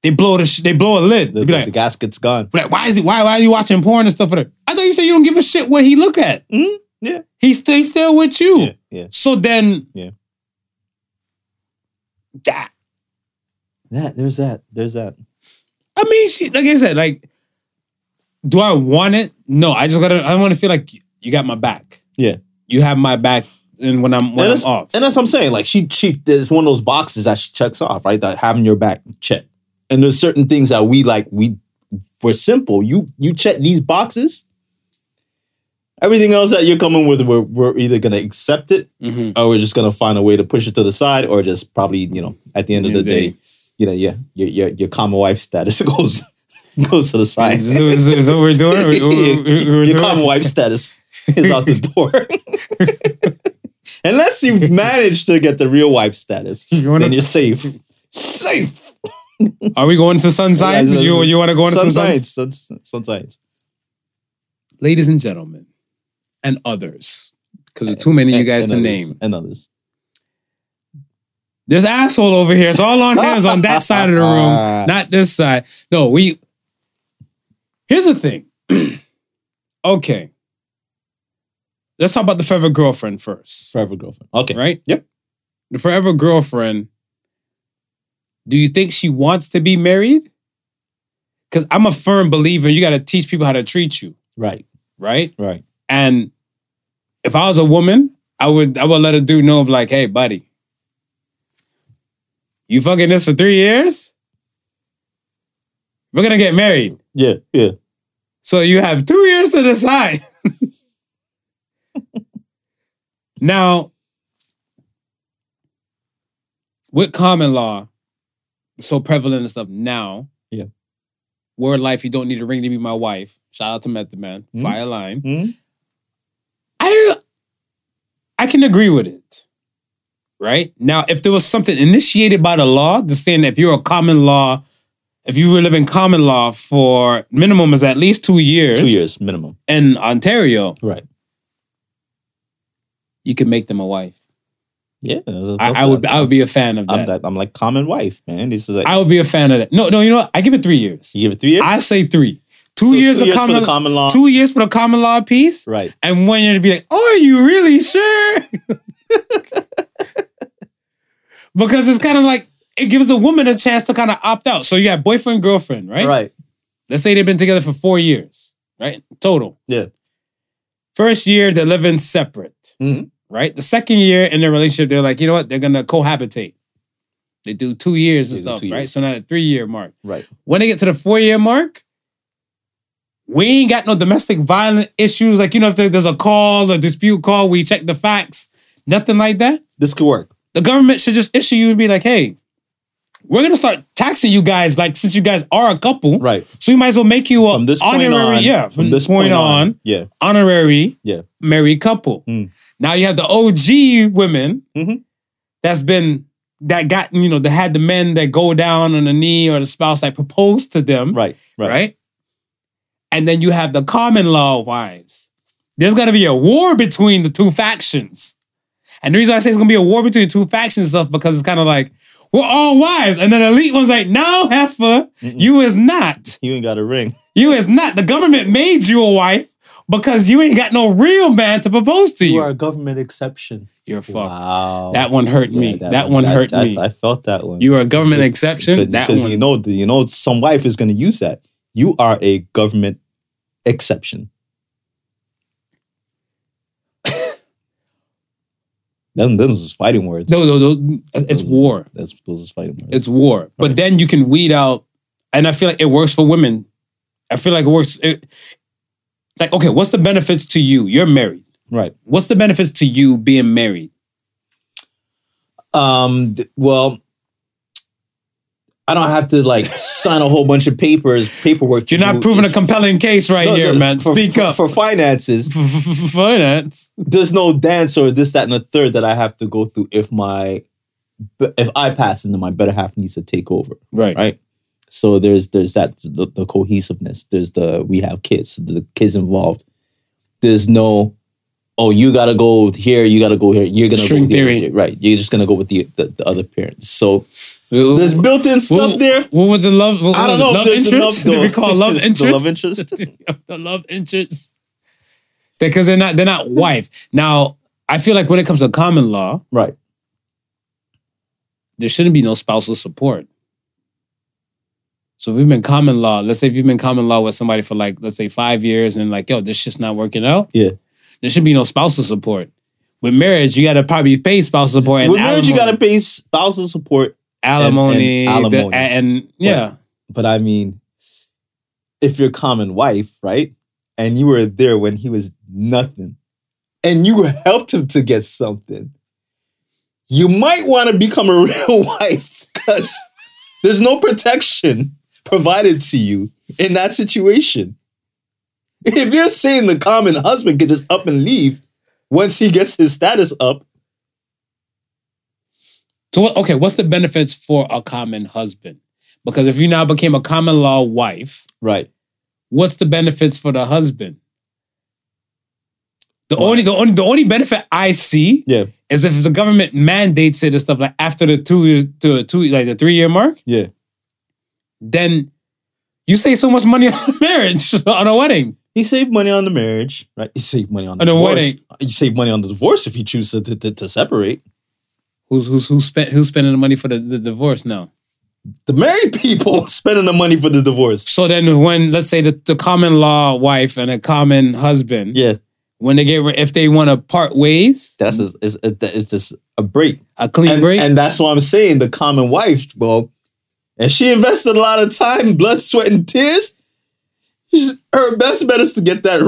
Speaker 4: they blow the sh- they blow a lid. they
Speaker 5: The,
Speaker 4: be
Speaker 5: the-
Speaker 4: like,
Speaker 5: the gasket's gone.
Speaker 4: like, why is it? Why why are you watching porn and stuff? With her? I thought you said you don't give a shit what he look at.
Speaker 5: Yeah.
Speaker 4: He's still he's still with you.
Speaker 5: Yeah. Yeah.
Speaker 4: So then,
Speaker 5: Yeah.
Speaker 4: that
Speaker 5: That there's that. There's that.
Speaker 4: I mean, she, like I said, like, do I want it? No, I just gotta. I want to feel like you got my back.
Speaker 5: Yeah.
Speaker 4: You have my back, and when I'm when
Speaker 5: and
Speaker 4: I'm
Speaker 5: that's,
Speaker 4: off,
Speaker 5: and that's what I'm saying. Like she, she, there's one of those boxes that she checks off, right? That having your back check. And there's certain things that we like. We we're simple. You you check these boxes. Everything else that you're coming with, we're, we're either gonna accept it,
Speaker 4: Mhm.
Speaker 5: or we're just gonna find a way to push it to the side, or just probably you know at the end of the,
Speaker 4: Yeah,
Speaker 5: day,
Speaker 4: they-
Speaker 5: you know, yeah, your your your common wife status goes goes to the side.
Speaker 4: Is this- is this what we're doing? We- we- we- we're
Speaker 5: Your
Speaker 4: doing-
Speaker 5: common wife status is out the door. Unless you've managed to get the real wife status,
Speaker 4: You wanna-
Speaker 5: then you're safe. Safe.
Speaker 4: Are we going to sun science?
Speaker 5: Yeah,
Speaker 4: you you want to go into
Speaker 5: sun
Speaker 4: sun science?
Speaker 5: science? Sun, sun- sun science.
Speaker 4: ladies and gentlemen, and others, because there's too many of you guys
Speaker 5: And
Speaker 4: to
Speaker 5: others,
Speaker 4: name.
Speaker 5: and others.
Speaker 4: This asshole over here is all on hands on that side of the room, not this side. No, we. Here's the thing. okay. Let's talk about the forever girlfriend first,
Speaker 5: Forever girlfriend. Okay.
Speaker 4: right?
Speaker 5: Yep.
Speaker 4: The forever girlfriend. Do you think she wants to be married? Because I'm a firm believer you got to teach people how to treat you,
Speaker 5: Right.
Speaker 4: right?
Speaker 5: Right.
Speaker 4: And if I was a woman, I would I would let a dude know of like, hey, buddy, you fucking this for three years? We're gonna get married.
Speaker 5: Yeah. Yeah.
Speaker 4: So you have two years to decide. now, with common law so prevalent and stuff now,
Speaker 5: Yeah.
Speaker 4: word life, you don't need a ring to be my wife. Shout out to Method Man,
Speaker 5: Mhm.
Speaker 4: fire line.
Speaker 5: Hmm?
Speaker 4: I I can agree with it. Right? Now, if there was something initiated by the law, just saying that if you're a common law, if you were living common law for minimum is at least two years,
Speaker 5: Two years minimum.
Speaker 4: in Ontario,
Speaker 5: Right.
Speaker 4: you can make them a wife.
Speaker 5: Yeah,
Speaker 4: I, I would I would be a fan of
Speaker 5: I'm
Speaker 4: that.
Speaker 5: that. I'm like common wife, man. This is like
Speaker 4: I would be a fan of that. No, no, you know what? I give it three years.
Speaker 5: you give it three years.
Speaker 4: I say three. Two
Speaker 5: So
Speaker 4: years
Speaker 5: two
Speaker 4: of
Speaker 5: years for
Speaker 4: common,
Speaker 5: the common law.
Speaker 4: Two years for the common law piece.
Speaker 5: right.
Speaker 4: And one year to be like, oh, are you really sure? because it's kind of like it gives a woman a chance to kind of opt out. So you got boyfriend, girlfriend, right?
Speaker 5: Right.
Speaker 4: Let's say they've been together for four years, right? Total.
Speaker 5: Yeah.
Speaker 4: First year, they're living separate,
Speaker 5: Mhm.
Speaker 4: right? The second year in their relationship, they're like, you know what? They're going to cohabitate. They do two years and
Speaker 5: They do
Speaker 4: stuff,
Speaker 5: two
Speaker 4: right?
Speaker 5: years.
Speaker 4: So now the three year mark.
Speaker 5: Right.
Speaker 4: When they get to the four year mark, we ain't got no domestic violent issues. Like, you know, if there- there's a call, a dispute call, we check the facts, nothing like that.
Speaker 5: This could work.
Speaker 4: The government should just issue you and be like, hey, we're going to start taxing you guys, like, since you guys are a couple.
Speaker 5: Right.
Speaker 4: So we might as well make you a
Speaker 5: From this
Speaker 4: honorary,
Speaker 5: point on.
Speaker 4: yeah, from, this point, on,
Speaker 5: Yeah.
Speaker 4: honorary
Speaker 5: Yeah.
Speaker 4: married couple.
Speaker 5: Mm.
Speaker 4: Now you have the OG women
Speaker 5: Mhm.
Speaker 4: that's been that got you know that had the men that go down on the knee or the spouse that proposed to them,
Speaker 5: Right. Right.
Speaker 4: right? And then you have the common law wives. There's gonna be a war between the two factions, and the reason I say it's gonna be a war between the two factions is stuff because it's kind of like. We're all wives. And then the elite one's like, no, heifer, you is not.
Speaker 5: You ain't got a ring.
Speaker 4: You is not. The government made you a wife because you ain't got no real man to propose to you.
Speaker 5: a government exception.
Speaker 4: You're fucked.
Speaker 5: Wow.
Speaker 4: That one hurt me.
Speaker 5: Yeah,
Speaker 4: that, one hurt
Speaker 5: I-
Speaker 4: me.
Speaker 5: I, felt that one.
Speaker 4: you are a government exception. That
Speaker 5: because
Speaker 4: one.
Speaker 5: you know you know some wife is going to use that. You are a government exception. them, them is fighting words.
Speaker 4: no, no, no. It's
Speaker 5: Mm-hmm.
Speaker 4: war.
Speaker 5: That's those is fighting words.
Speaker 4: It's war. But then you can weed out, and I feel like it works for women. I feel like it works. It, like, okay, what's the benefits to you? You're married.
Speaker 5: right.
Speaker 4: What's the benefits to you being married?
Speaker 5: Um. th- Well, I don't have to like sign a whole bunch of papers, paperwork. to
Speaker 4: You're not
Speaker 5: do-
Speaker 4: proving a compelling case right
Speaker 5: No,
Speaker 4: here,
Speaker 5: no,
Speaker 4: man.
Speaker 5: for-
Speaker 4: Speak
Speaker 5: for-
Speaker 4: up.
Speaker 5: for finances.
Speaker 4: finance.
Speaker 5: there's no dance or this, that, and the third that I have to go through if my if I pass and then my better half needs to take over,
Speaker 4: Right.
Speaker 5: right? So there's there's that the, the cohesiveness. There's the we have kids, so the kids involved. There's no oh you gotta go here, you gotta go here, you're gonna
Speaker 4: String
Speaker 5: go with the other
Speaker 4: theory.
Speaker 5: kid, right? You're just gonna go with the the, the other parent. So
Speaker 4: There's
Speaker 5: there's built-in
Speaker 4: What-
Speaker 5: stuff there.
Speaker 4: What was the love? What,
Speaker 5: I don't
Speaker 4: was
Speaker 5: know
Speaker 4: it, Love
Speaker 5: if there's
Speaker 4: interest?
Speaker 5: enough,
Speaker 4: Do we
Speaker 5: though.
Speaker 4: call love interest?
Speaker 5: The love interest?
Speaker 4: the love interest. Because they're not they're not wife. Now I feel like when it comes to common law,
Speaker 5: Right.
Speaker 4: there shouldn't be no spousal support. So if we've been common law. Let's say if you've been common law with somebody for like let's say five years, and like yo, this shit's not working out.
Speaker 5: Yeah.
Speaker 4: There should be no spousal support. With marriage, you got to probably pay spousal support. And
Speaker 5: With marriage, you
Speaker 4: alimony-
Speaker 5: gotta pay spousal support
Speaker 4: alimony,
Speaker 5: and- and
Speaker 4: the-
Speaker 5: alimony.
Speaker 4: and yeah,
Speaker 5: But I mean, if your common wife, right? And you were there when he was nothing, and you helped him to get something, you might want to become a real wife because there's no protection provided to you in that situation. If you're saying the common husband could just up and leave once he gets his status up,
Speaker 4: So what, okay, what's the benefits for a common husband? Because if you now became a common law wife,
Speaker 5: right?
Speaker 4: what's the benefits for the husband? The
Speaker 5: Right.
Speaker 4: only the only the only benefit I see
Speaker 5: Yeah,
Speaker 4: is if the government mandates it and stuff like after the two years to two like the three year mark,
Speaker 5: yeah,
Speaker 4: then you save so much money on marriage on a wedding.
Speaker 5: He saved money on the marriage, right? He saved money on the
Speaker 4: On the
Speaker 5: divorce.
Speaker 4: wedding.
Speaker 5: You save money on the divorce if you choose to, to, to separate.
Speaker 4: Who's who's who's spent who's spending the money for the, the divorce now?
Speaker 5: The married people spending the money for the divorce.
Speaker 4: So then when let's say the, the common law wife and a common husband,
Speaker 5: Yeah,
Speaker 4: when they get re- if they want to part ways,
Speaker 5: that's is is is just a break.
Speaker 4: a clean
Speaker 5: And,
Speaker 4: break.
Speaker 5: and that's why I'm saying the common wife, well, and she invested a lot of time, blood, sweat, and tears. She's- Her best bet is to get that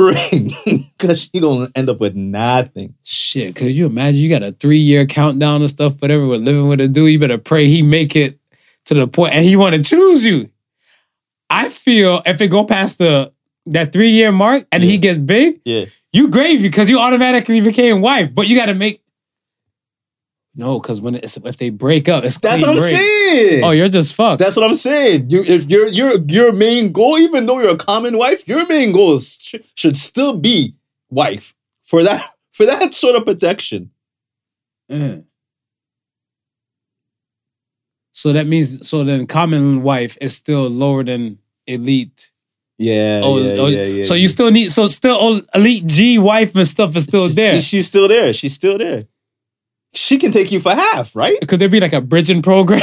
Speaker 5: ring because she gonna end up with nothing.
Speaker 4: Shit, could you imagine? You got a three year countdown and stuff, whatever. We're living with a dude. You better pray he make it to the point, and he want to choose you. I feel if it go past the that three year mark and he gets big,
Speaker 5: Yeah,
Speaker 4: you gravy because you automatically became wife. But you got to make no, because when it's, if they break up, it's
Speaker 5: that's
Speaker 4: clean
Speaker 5: what I'm
Speaker 4: break.
Speaker 5: saying.
Speaker 4: Oh, you're just fucked.
Speaker 5: That's what I'm saying. You, if your your your main goal, even though you're a common wife, your main goal is, sh- should still be wife for that for that sort of protection.
Speaker 4: Mm. So that means so then common wife is still lower than elite.
Speaker 5: Yeah.
Speaker 4: Oh,
Speaker 5: yeah,
Speaker 4: oh,
Speaker 5: yeah, yeah,
Speaker 4: so
Speaker 5: yeah.
Speaker 4: you still need so still oh, elite G wife and stuff is still
Speaker 5: She-
Speaker 4: there.
Speaker 5: she- she's still there. She's still there. She can take you for half, right?
Speaker 4: Could there be like a bridging program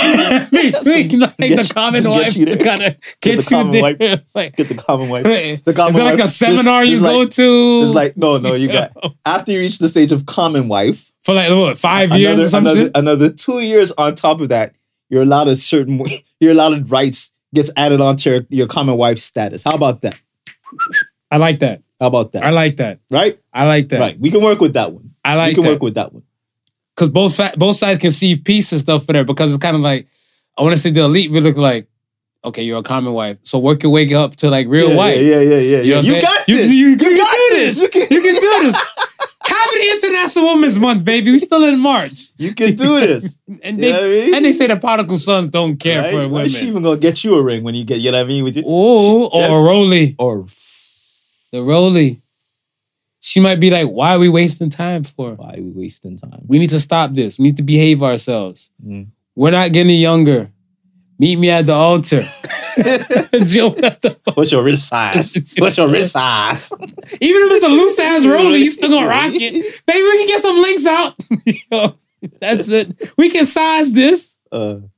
Speaker 4: between like
Speaker 5: Get
Speaker 4: the
Speaker 5: you-
Speaker 4: common
Speaker 5: get
Speaker 4: wife
Speaker 5: you
Speaker 4: to
Speaker 5: there.
Speaker 4: kind of get,
Speaker 5: the
Speaker 4: you
Speaker 5: common wife.
Speaker 4: there? Like,
Speaker 5: Get the Commonwealth.
Speaker 4: is
Speaker 5: The
Speaker 4: that like a seminar you go to?
Speaker 5: It's like no, no. You got after you reach the stage of Commonwealth,
Speaker 4: for like what five years
Speaker 5: another
Speaker 4: or some
Speaker 5: another,
Speaker 4: shit.
Speaker 5: another two years on top of that, you're allowed a certain you're allowed rights gets added onto your, your Commonwealth status. How about that?
Speaker 4: I like that.
Speaker 5: How about that?
Speaker 4: I like that.
Speaker 5: right,
Speaker 4: I like that.
Speaker 5: right. We can work with that one.
Speaker 4: I like
Speaker 5: we can
Speaker 4: that.
Speaker 5: work with that one.
Speaker 4: because both fa- both sides can see peace and stuff for there because it's kind of like I want to say the elite we look like okay you're a common wife so work your way up to like real
Speaker 5: yeah,
Speaker 4: wife
Speaker 5: Yeah, yeah,
Speaker 4: you,
Speaker 5: yeah, yeah.
Speaker 4: know
Speaker 5: yeah.
Speaker 4: what I'm
Speaker 5: You
Speaker 4: saying?
Speaker 5: got
Speaker 4: you,
Speaker 5: this.
Speaker 4: you, you can
Speaker 5: got
Speaker 4: do this,
Speaker 5: You can,
Speaker 4: you can do this happy international women's month baby we still in March
Speaker 5: you can do this.
Speaker 4: and
Speaker 5: You
Speaker 4: they
Speaker 5: know what I mean?
Speaker 4: and they say the particle sons don't care
Speaker 5: right?
Speaker 4: for
Speaker 5: Why
Speaker 4: women
Speaker 5: is she even gonna get you a ring when you get? You know what I mean? With you
Speaker 4: oh
Speaker 5: she-
Speaker 4: or Roly
Speaker 5: or
Speaker 4: the Roly she might be like why are we wasting time for
Speaker 5: why are we wasting time?
Speaker 4: we need to stop this we need to behave ourselves
Speaker 5: Mm.
Speaker 4: We're not getting younger. Meet me at the altar. Joe, at the-
Speaker 5: What's your wrist size? What's your wrist size?
Speaker 4: Even if it's a loose ass roller, you still gonna rock it. Maybe we can get some links out. You know, that's it. We can size this.
Speaker 5: Uh, all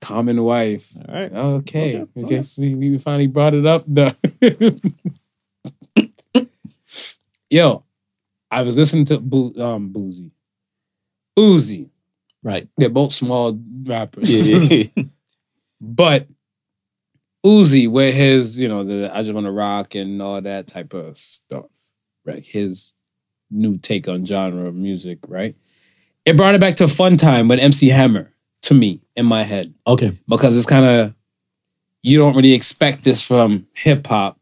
Speaker 4: Common wife.
Speaker 5: right.
Speaker 4: Okay.
Speaker 5: Okay,
Speaker 4: I
Speaker 5: okay.
Speaker 4: guess we, we finally brought it up. though. Yo, I was listening to Boo, um, Boozy. Uzi.
Speaker 5: Right.
Speaker 4: They're both small rappers.
Speaker 5: Yeah, yeah.
Speaker 4: But Uzi with his, you know, the I just wanna rock and all that type of stuff, right? His new take on genre of music, right? It brought it back to fun time with MC Hammer to me in my head.
Speaker 5: okay.
Speaker 4: Because it's kinda you don't really expect this from hip hop.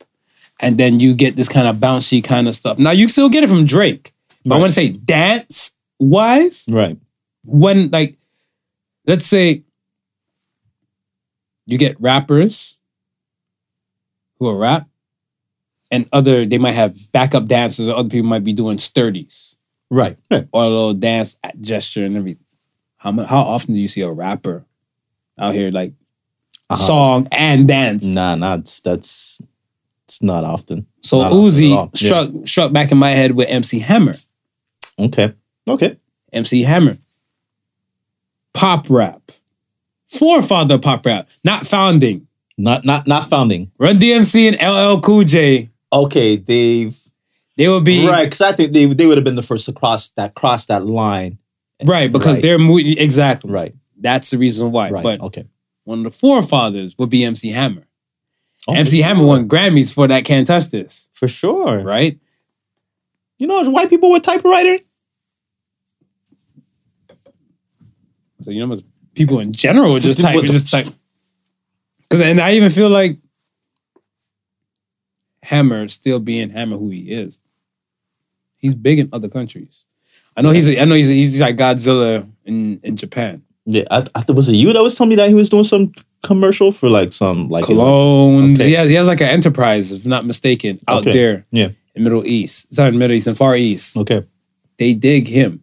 Speaker 4: And then you get this kind of bouncy kind of stuff. Now you still get it from Drake. But I
Speaker 5: Right.
Speaker 4: wanna say dance wise,
Speaker 5: Right.
Speaker 4: when like let's say you get rappers who are rap and other they might have backup dancers or other people might be doing sturdies
Speaker 5: Right. Right.
Speaker 4: or a little dance gesture and everything how mu- how often do you see a rapper out here like
Speaker 5: Uh-huh.
Speaker 4: song and dance
Speaker 5: Nah, nah. It's, that's it's not often.
Speaker 4: so
Speaker 5: not often
Speaker 4: Uzi
Speaker 5: at all. Yeah.
Speaker 4: struck struck back in my head with MC Hammer
Speaker 5: Okay. Okay.
Speaker 4: MC Hammer. Pop rap. Forefather of pop rap, not founding.
Speaker 5: Not not not founding.
Speaker 4: Run DMC and LL Cool J.
Speaker 5: Okay, they've
Speaker 4: They would be
Speaker 5: right
Speaker 4: right,
Speaker 5: because I think they they would have been the first to cross that cross that line.
Speaker 4: because
Speaker 5: Right.
Speaker 4: they're mo- exactly
Speaker 5: Right.
Speaker 4: That's the reason why.
Speaker 5: Right.
Speaker 4: But
Speaker 5: okay.
Speaker 4: one of the forefathers would be MC Hammer.
Speaker 5: Oh,
Speaker 4: MC
Speaker 5: for
Speaker 4: Hammer
Speaker 5: sure.
Speaker 4: won Grammys for that. Can't touch this,
Speaker 5: for sure. Right.
Speaker 4: right?
Speaker 5: You know, it's white people with typewriter.
Speaker 4: So you know, most people in general would just
Speaker 5: What
Speaker 4: type,
Speaker 5: the-
Speaker 4: just type. Because and I even feel like Hammer still being Hammer who he is. He's big in other countries. I know he's a, I know he's a, he's like Godzilla in in Japan.
Speaker 5: Yeah, I, I, was it you that was telling me that he was doing some commercial for like some like his-
Speaker 4: Colognes.
Speaker 5: Okay.
Speaker 4: He has he has like an enterprise, if not mistaken, out
Speaker 5: Okay.
Speaker 4: there
Speaker 5: Yeah.
Speaker 4: in Middle East, sorry, Middle East and Far East.
Speaker 5: Okay.
Speaker 4: They dig him,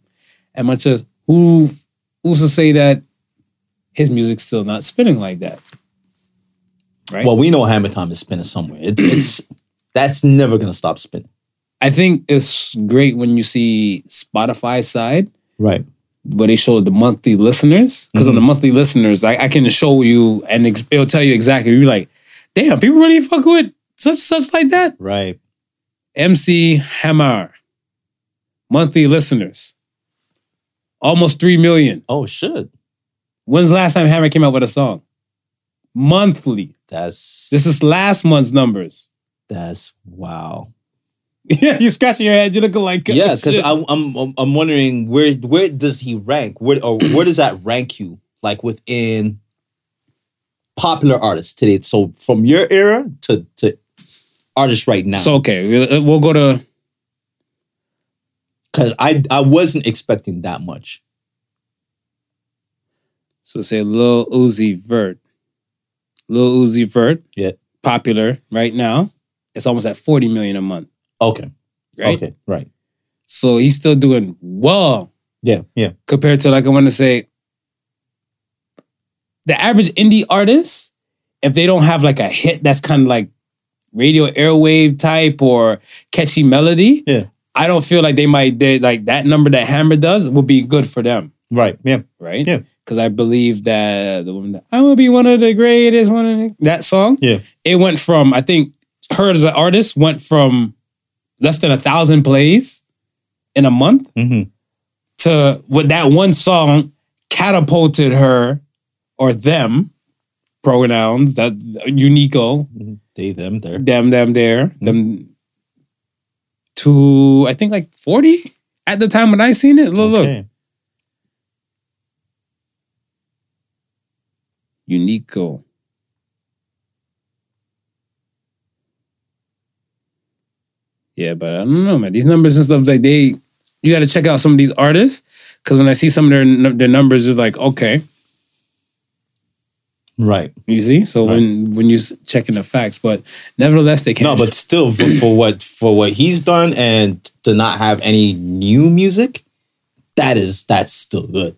Speaker 4: and much of who who's to say that his music's still not spinning like that. Right.
Speaker 5: Well, we know Hammer Time is spinning somewhere. It's it's that's never gonna stop spinning.
Speaker 4: I think it's great when you see Spotify side
Speaker 5: Right.
Speaker 4: where they show the monthly listeners because on the monthly listeners, I, I can show you and ex- it'll tell you exactly. You're like, damn, people really fuck with such and such like that.
Speaker 5: Right.
Speaker 4: MC Hammer, monthly listeners, almost three million.
Speaker 5: Oh shit.
Speaker 4: When's the last time Hammer came out with a song? Monthly.
Speaker 5: That's
Speaker 4: This is last month's numbers.
Speaker 5: that's wow.
Speaker 4: Yeah, you scratching your head. You looking like uh,
Speaker 5: Yeah, because
Speaker 4: shit.
Speaker 5: I'm I'm I'm wondering where where does he rank? Where or where does that rank you? Like within popular artists today. So from your era to to artists right now.
Speaker 4: so okay. we'll- uh, We'll go to
Speaker 5: because I I wasn't expecting that much.
Speaker 4: So say Lil Uzi Vert. Lil Uzi Vert.
Speaker 5: Yeah.
Speaker 4: Popular right now. It's almost at 40 million a month.
Speaker 5: Okay.
Speaker 4: Right.
Speaker 5: Okay. Right.
Speaker 4: So he's still doing well
Speaker 5: Yeah. Yeah.
Speaker 4: compared to like I want to say the average indie artist, if they don't have like a hit that's kind of like radio airwave type or catchy melody,
Speaker 5: Yeah.
Speaker 4: I don't feel like they might they like that number that Hammer does would be good for them,
Speaker 5: Right. Yeah.
Speaker 4: right?
Speaker 5: Yeah.
Speaker 4: Because I believe that the woman that I will be one of the greatest one of the, that song.
Speaker 5: Yeah.
Speaker 4: It went from I think her as an artist went from less than a thousand plays in a month
Speaker 5: Mm-hmm.
Speaker 4: to with that one song catapulted her or them pronouns that unico
Speaker 5: They, them, there.
Speaker 4: them them there
Speaker 5: Mm-hmm.
Speaker 4: them to I think like forty at the time when I seen it. Look, look,
Speaker 5: Okay.
Speaker 4: Unico. Yeah, but I don't know, man. These numbers and stuff like they, you got to check out some of these artists because when I see some of their their numbers, it's like okay,
Speaker 5: Right.
Speaker 4: you see. So when when you s- checking the facts, but nevertheless, they
Speaker 5: No,
Speaker 4: can't.
Speaker 5: but still for, for what for what he's done and to not have any new music, that is that's still good.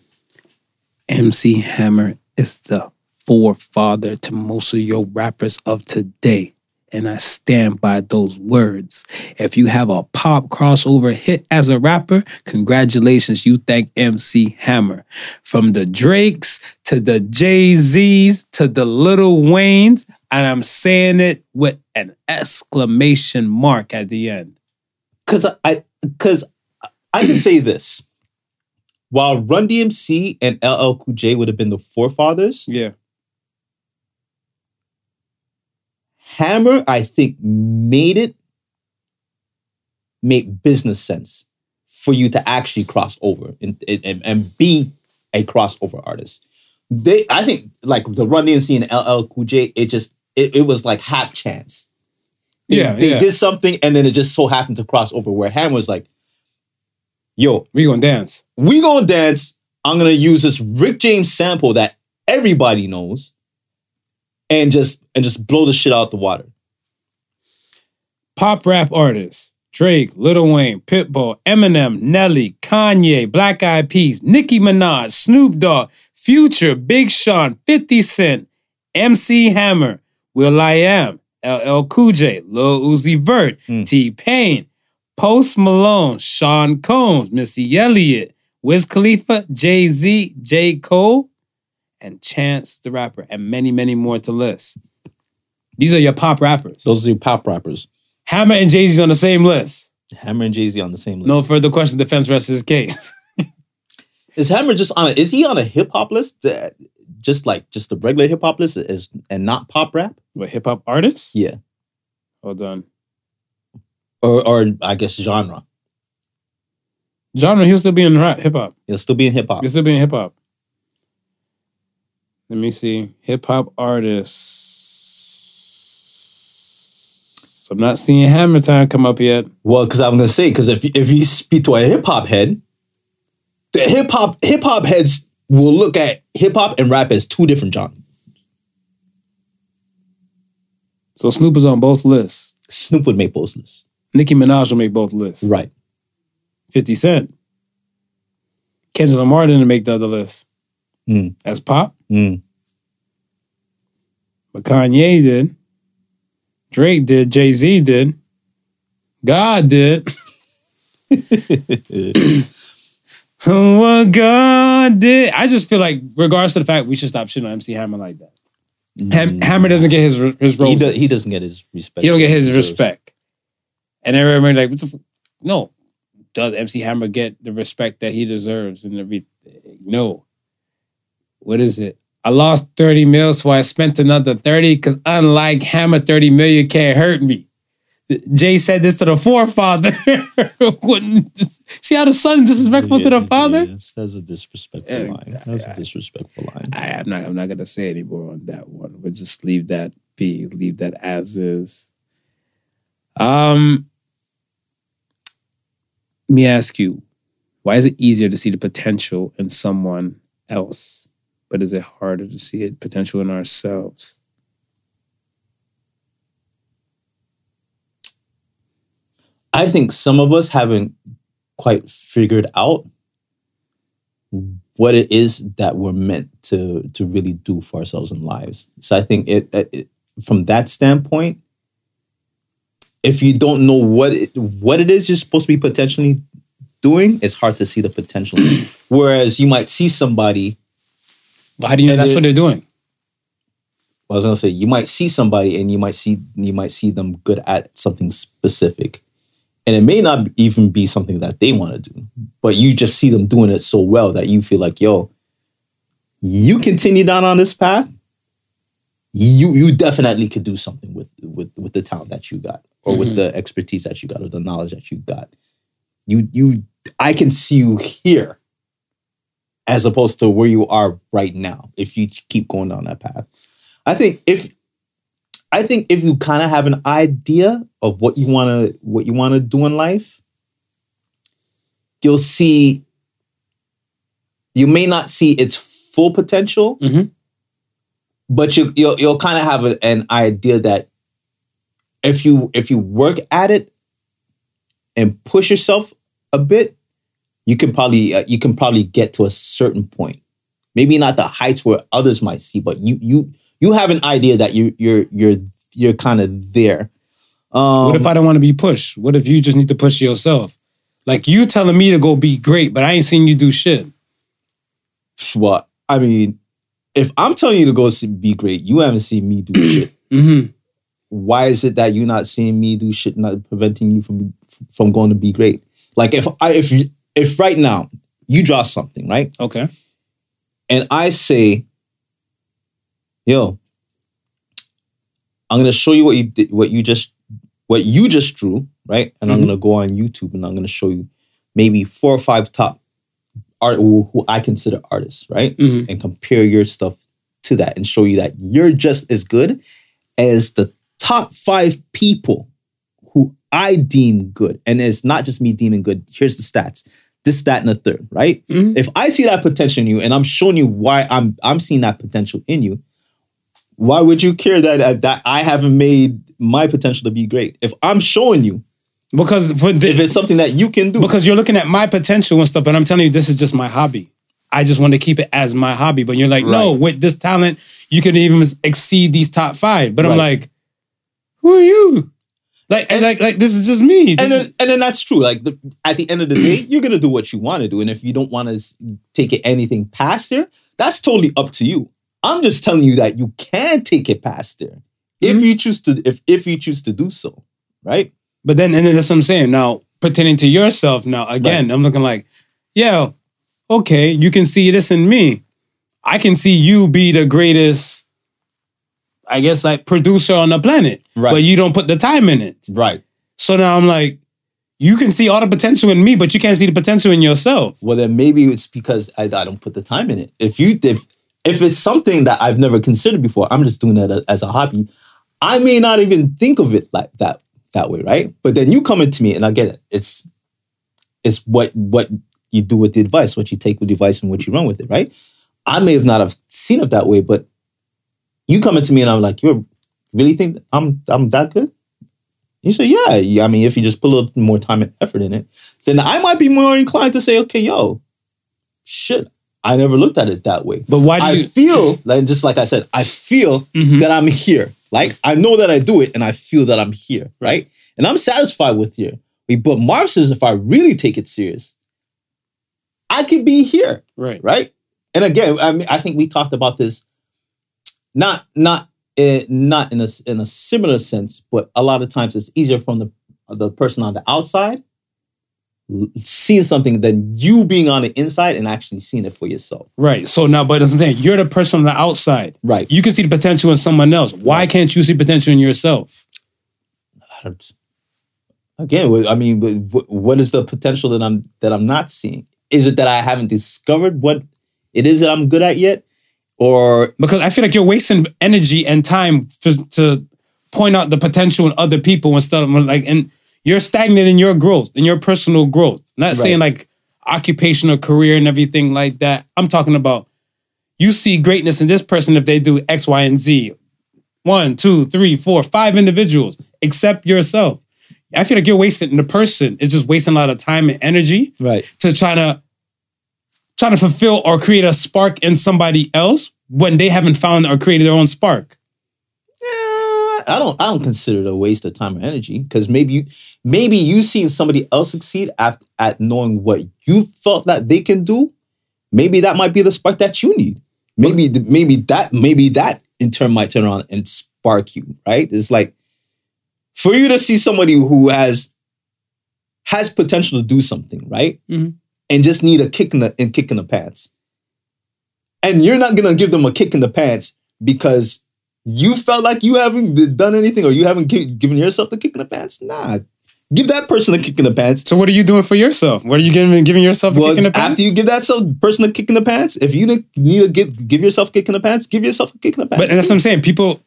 Speaker 4: MC Hammer is the forefather to most of your rappers of today. And I stand by those words. If you have a pop crossover hit as a rapper, congratulations, you thank MC Hammer. From the Drakes to the Jay Z's to the Little Waynes, and I'm saying it with an exclamation mark at the end.
Speaker 5: Cause I cause I can say this. While Run DMC and LL Cool J would have been the forefathers,
Speaker 4: Yeah.
Speaker 5: Hammer, I think, made it make business sense for you to actually cross over and, and, and be a crossover artist. They, I think, like the Run DMC and LL Cool J, it just it, it was like half chance. They-
Speaker 4: Yeah,
Speaker 5: they
Speaker 4: yeah.
Speaker 5: did something, and then it just so happened to cross over. Where Hammer was like, "Yo,
Speaker 4: We gonna dance.
Speaker 5: we gonna dance. I'm gonna use this Rick James sample that everybody knows, and just and just blow the shit out the water."
Speaker 4: pop rap artists Drake, Lil Wayne, Pitbull, Eminem, Nelly, Kanye, Black Eyed Peas, Nicki Minaj, Snoop Dogg, Future, Big Sean, 50 Cent, MC Hammer, Will I Am, LL Cool J, Lil Uzi Vert, T Pain, Post Malone, Sean Combs, Missy Elliott, Wiz Khalifa, Jay Z, J. Cole, and Chance the Rapper, and many, many more to list. These are your pop rappers.
Speaker 5: Those are your pop rappers.
Speaker 4: Hammer and Jay Z's on the same list.
Speaker 5: Hammer and Jay Z on the same list.
Speaker 4: No further questions. Defense rests his case.
Speaker 5: is Hammer just on? A, is he on a hip hop list? Uh, Just like just the regular hip hop list is and not pop rap.
Speaker 4: What hip hop artists?
Speaker 5: Yeah,
Speaker 4: Hold on.
Speaker 5: or or I guess genre.
Speaker 4: Genre, he'll still be in rap, hip hop.
Speaker 5: It'll still be in hip hop.
Speaker 4: He'll still be in hip hop. Let me see. Hip hop artists. I'm not seeing Hammer Time come up yet.
Speaker 5: Well, because I'm gonna say because if if you speak to a hip hop head, the hip hop hip hop heads will look at hip hop and rap as two different genres.
Speaker 4: So Snoop is on both lists.
Speaker 5: Snoop would make both lists,
Speaker 4: Nicki Minaj will make both lists.
Speaker 5: right?
Speaker 4: 50 Cent. Kendrick Lamar didn't make the other list.
Speaker 5: Mm.
Speaker 4: As pop.
Speaker 5: Mm.
Speaker 4: But Kanye did. Drake did. Jay Z did. God did. what God did. I just feel like, regardless to the fact, we should stop shitting on MC Hammer like that. Ham- Hammer doesn't get his his
Speaker 5: Mm-hmm. He,
Speaker 4: roses.
Speaker 5: does, he doesn't get his respect.
Speaker 4: He don't get his
Speaker 5: deserves.
Speaker 4: respect. And everybody like, what the f-? no. Does MC Hammer get the respect that he deserves and everything? No. What is it? I lost 30 mil, so I spent another 30 because unlike Hammer, 30 million can't hurt me. Jay said this to the forefather. Wouldn't- See how the son is disrespectful to
Speaker 5: Yeah,
Speaker 4: the father?
Speaker 5: yeah, that's, that's a disrespectful
Speaker 4: Yeah.
Speaker 5: line. That's a disrespectful line.
Speaker 4: I, I'm not. I'm not gonna say any more on that one. We'll just leave that be. Leave that as is. Um, let me ask you, why is it easier to see the potential in someone else, but is it harder to see it potential in ourselves?
Speaker 5: I think some of us haven't quite figured out what it is that we're meant to to really do for ourselves in lives. So I think it, it, it- from that standpoint, if you don't know what it, what it is you're supposed to be potentially doing, it's hard to see the potential. Whereas you might see somebody.
Speaker 4: But how do you know
Speaker 5: And
Speaker 4: that's
Speaker 5: it-
Speaker 4: what they're doing?
Speaker 5: I was gonna say you might see somebody and you might see you might see them good at something specific, and it may not even be something that they want to do, but you just see them doing it so well that you feel like, yo, you continue down on this path, you you definitely could do something with with with the talent that you got or with the expertise that you got or the knowledge that you got. You you I can see you here as opposed to where you are right now if you keep going down that path. I think if I think if you kind of have an idea of what you want to what you want to do in life, you'll see you may not see its full potential,
Speaker 4: Mhm.
Speaker 5: but you you'll, you'll kind of have a- an idea that if you if you work at it and push yourself a bit, you can probably uh, you can probably get to a certain point. Maybe not the heights where others might see, but you you you have an idea that you you're you're you're kind of there. Um,
Speaker 4: What if I don't want to be pushed? What if you just need to push yourself? Like you telling me to go be great, but I ain't seen you do shit.
Speaker 5: Well, I mean, if I'm telling you to go see, be great, you haven't seen me do shit.
Speaker 4: Mm-hmm.
Speaker 5: Why is it that you're not seeing me do shit, not preventing you from from going to be great? Like if I if you, if right now you draw something right,
Speaker 4: Okay.
Speaker 5: and I say, "Yo, I'm gonna show you what you did, what you just what you just drew, right?" And I'm gonna go on YouTube and I'm gonna show you maybe four or five top art who who I consider artists, right?
Speaker 4: Mhm.
Speaker 5: And compare your stuff to that and show you that you're just as good as the top five people who I deem good. And it's not just me deeming good. Here's the stats. This, that, and the third, right? If I see that potential in you and I'm showing you why I'm I'm seeing that potential in you, why would you care that that, that I haven't made my potential to be great? If I'm showing you,
Speaker 4: Because for the,
Speaker 5: if it's something that you can do,
Speaker 4: because you're looking at my potential and stuff, and I'm telling you, this is just my hobby. I just want to keep it as my hobby. But you're like, no,
Speaker 5: Right.
Speaker 4: with this talent, you can even exceed these top five. But I'm
Speaker 5: Right.
Speaker 4: like, who are you? Like, and like, like this is just me. This
Speaker 5: and
Speaker 4: is-
Speaker 5: then, and then that's true. Like the, at the end of the day, you're gonna do what you want to do, and if you don't want to take it anything past there, that's totally up to you. I'm just telling you that you can take it past there
Speaker 4: Mm-hmm.
Speaker 5: if you choose to. If if you choose to do so, right?
Speaker 4: But then, and then that's what I'm saying. Now, pertaining to yourself, now again, I'm looking like, yeah, okay, you can see this in me. I can see you be the greatest, I guess, like producer on the planet,
Speaker 5: Right.
Speaker 4: but you don't put the time in it.
Speaker 5: Right.
Speaker 4: So now I'm like, you can see all the potential in me, but you can't see the potential in yourself.
Speaker 5: Well, then maybe it's because I, I don't put the time in it. If you if if it's something that I've never considered before, I'm just doing that as a hobby. I may not even think of it like that that way, right? But then you come into me, and I get it. It's it's what what you do with the advice, what you take with the advice, and what you run with it, right? I may have not have seen it that way, but you come into me, and I'm like, you really think I'm I'm that good? You say, yeah. yeah, I mean, if you just put a little more time and effort in it, then I might be more inclined to say, okay, yo, shit, I never looked at it that way.
Speaker 4: But why do
Speaker 5: I
Speaker 4: you? Mm-hmm.
Speaker 5: feel like just like I said, I feel that I'm here. Like I know that I do it, and I feel that I'm here, right? And I'm satisfied with here. But Marv says, if I really take it serious, I could be here
Speaker 4: right.
Speaker 5: right? And again, I mean, I think we talked about this, not not eh, not in a s- in a similar sense, but a lot of times it's easier from the the person on the outside l- seeing something than you being on the inside and actually seeing it for yourself.
Speaker 4: Right. So now, but that's the thing. You're the person on the outside.
Speaker 5: Right.
Speaker 4: You can see the potential in someone else. Why can't you see potential in yourself?
Speaker 5: Again, wh- I mean, wh- wh- what is the potential that I'm that I'm not seeing? Is it that I haven't discovered what it is that I'm good at yet, or
Speaker 4: because I feel like you're wasting energy and time to, to point out the potential in other people instead of like, and you're stagnant in your growth, in your personal growth. Not saying like occupational career and everything like that. I'm talking about you see greatness in this person if they do X, Y, and Z. One, two, three, four, five individuals, except yourself. I feel like you're wasting the person is just wasting a lot of time and energy
Speaker 5: right?
Speaker 4: to try to trying to fulfill or create a spark in somebody else when they haven't found or created their own spark.
Speaker 5: Yeah, I don't I don't consider it a waste of time or energy because maybe you maybe you seen somebody else succeed at, at knowing what you felt that they can do. Maybe that might be the spark that you need. Maybe th- maybe that maybe that in turn might turn around and spark you. Right? It's like for you to see somebody who has has potential to do something, right?
Speaker 4: Mhm.
Speaker 5: And just need a kick in the and kick in the pants. And you're not gonna give them a kick in the pants because you felt like you haven't d- done anything or you haven't gi- given yourself the kick in the pants. Nah, give that person a kick in the pants.
Speaker 4: So what are you doing for yourself? What are you giving giving yourself a
Speaker 5: Well,
Speaker 4: kick in the pants?
Speaker 5: after you give that so- person a kick in the pants, if you ne- need to give give yourself a kick in the pants, give yourself a kick in the pants.
Speaker 4: But that's what I'm saying. People,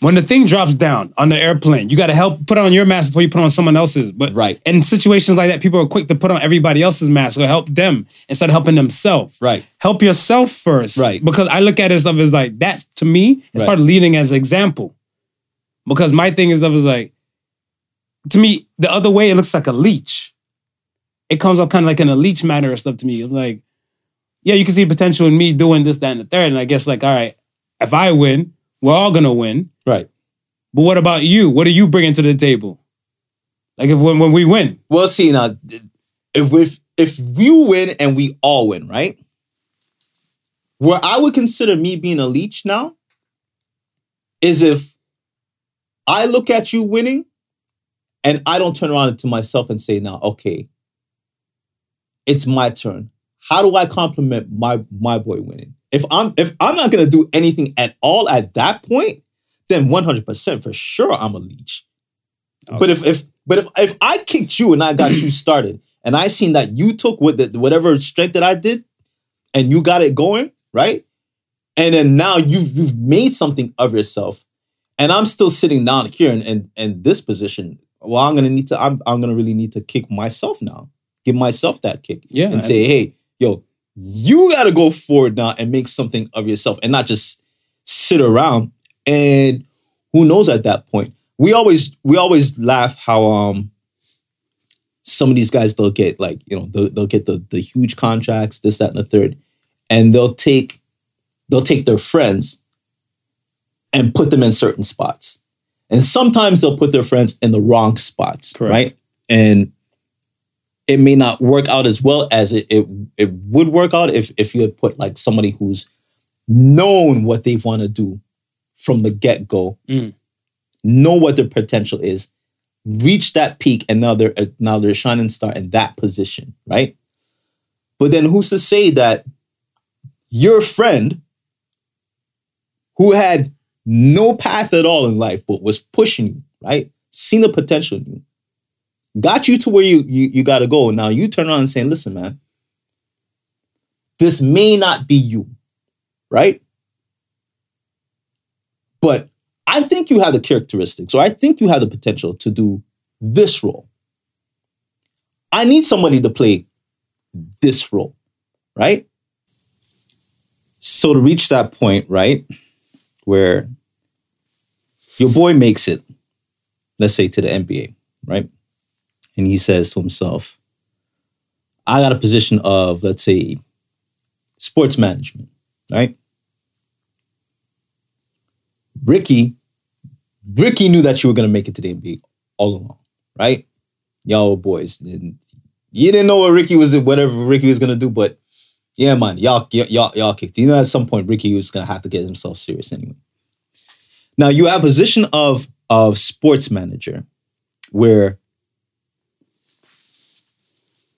Speaker 4: when the thing drops down on the airplane, you got to help put on your mask before you put on someone else's. But
Speaker 5: Right.
Speaker 4: in situations like that, people are quick to put on everybody else's mask or help them instead of helping themselves.
Speaker 5: Right.
Speaker 4: Help yourself first.
Speaker 5: Right.
Speaker 4: Because I look at it stuff as like that's to me it's
Speaker 5: Right.
Speaker 4: part of leading as example. Because my thing is stuff is like to me the other way it looks like a leech. It comes up kind of like in a leech manner or stuff to me. I'm like, yeah, you can see potential in me doing this, that, and the third. And I guess like, all right, if I win, we're all gonna win.
Speaker 5: right.
Speaker 4: But what about you? What are you bringing to the table? Like if when, when we win,
Speaker 5: Well, see now, th- if if if you win and we all win, right? Where I would consider me being a leech now is if I look at you winning and I don't turn around to myself and say, "Now, okay, it's my turn. How do I compliment my my boy winning?" If I'm if I'm not gonna do anything at all at that point, then 100 percent for sure I'm a leech. But if if but if if I kicked you and I got you started and I seen that you took with the, whatever strength that I did and you got it going, right? And then now you've you've made something of yourself. And I'm still sitting down here in, in, in this position. Well, I'm gonna need to I'm I'm gonna really need to kick myself now. Give myself that kick.
Speaker 4: Yeah, I-
Speaker 5: And say, hey, yo, you gotta go forward now and make something of yourself and not just sit around. And who knows at that point? We always we always laugh how um some of these guys they'll get like you know they'll, they'll get the the huge contracts this that and the third and they'll take they'll take their friends and put them in certain spots and sometimes they'll put their friends in the wrong spots
Speaker 4: Correct.
Speaker 5: right and it may not work out as well as it, it it would work out if if you had put like somebody who's known what they want to do from the get-go
Speaker 4: Mm.
Speaker 5: know what their potential is reach that peak and now they're uh, now they're a shining star in that position, right? But then who's to say that your friend who had no path at all in life but was pushing you, right? Seen the potential in you, got you to where you you, you gotta go. Now you turn around and saying, listen, man, this may not be you, right? But I think you have the characteristics, or I think you have the potential to do this role. I need somebody to play this role, right? So to reach that point, right, where your boy makes it, let's say to the NBA, right? And he says to himself, I got a position of, let's say, sports management, right? Ricky, Ricky knew that you were gonna make it to the NBA all along, right? Y'all were boys, and you didn't know what Ricky was, whatever Ricky was gonna do, but yeah, man, y'all, y'all, y'all- y'all kicked. You know, at some point, Ricky was gonna have to get himself serious anyway. Now you have a position of of sports manager, where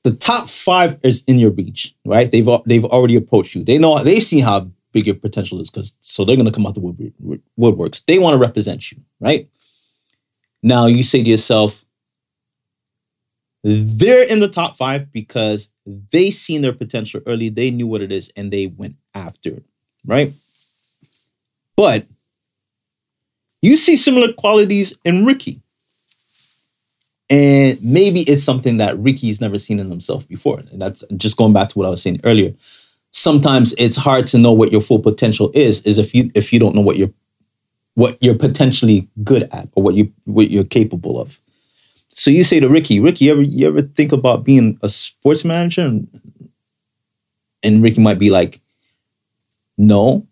Speaker 5: the top five is in your reach, right? They've al- they've already approached you. They know they've seen how big your potential is, because so they're gonna come out the wood, wood- woodworks. They want to represent you, right? Now you say to yourself, they're in the top five because they seen their potential early. They knew what it is, and they went after it, right? But you see similar qualities in Ricky. And maybe it's something that Ricky's never seen in himself before. And that's just going back to what I was saying earlier. Sometimes it's hard to know what your full potential is, is if you if you don't know what you're what you're potentially good at or what you what you're capable of. So you say to Ricky, Ricky, you ever you ever think about being a sports manager? And And Ricky might be like, no.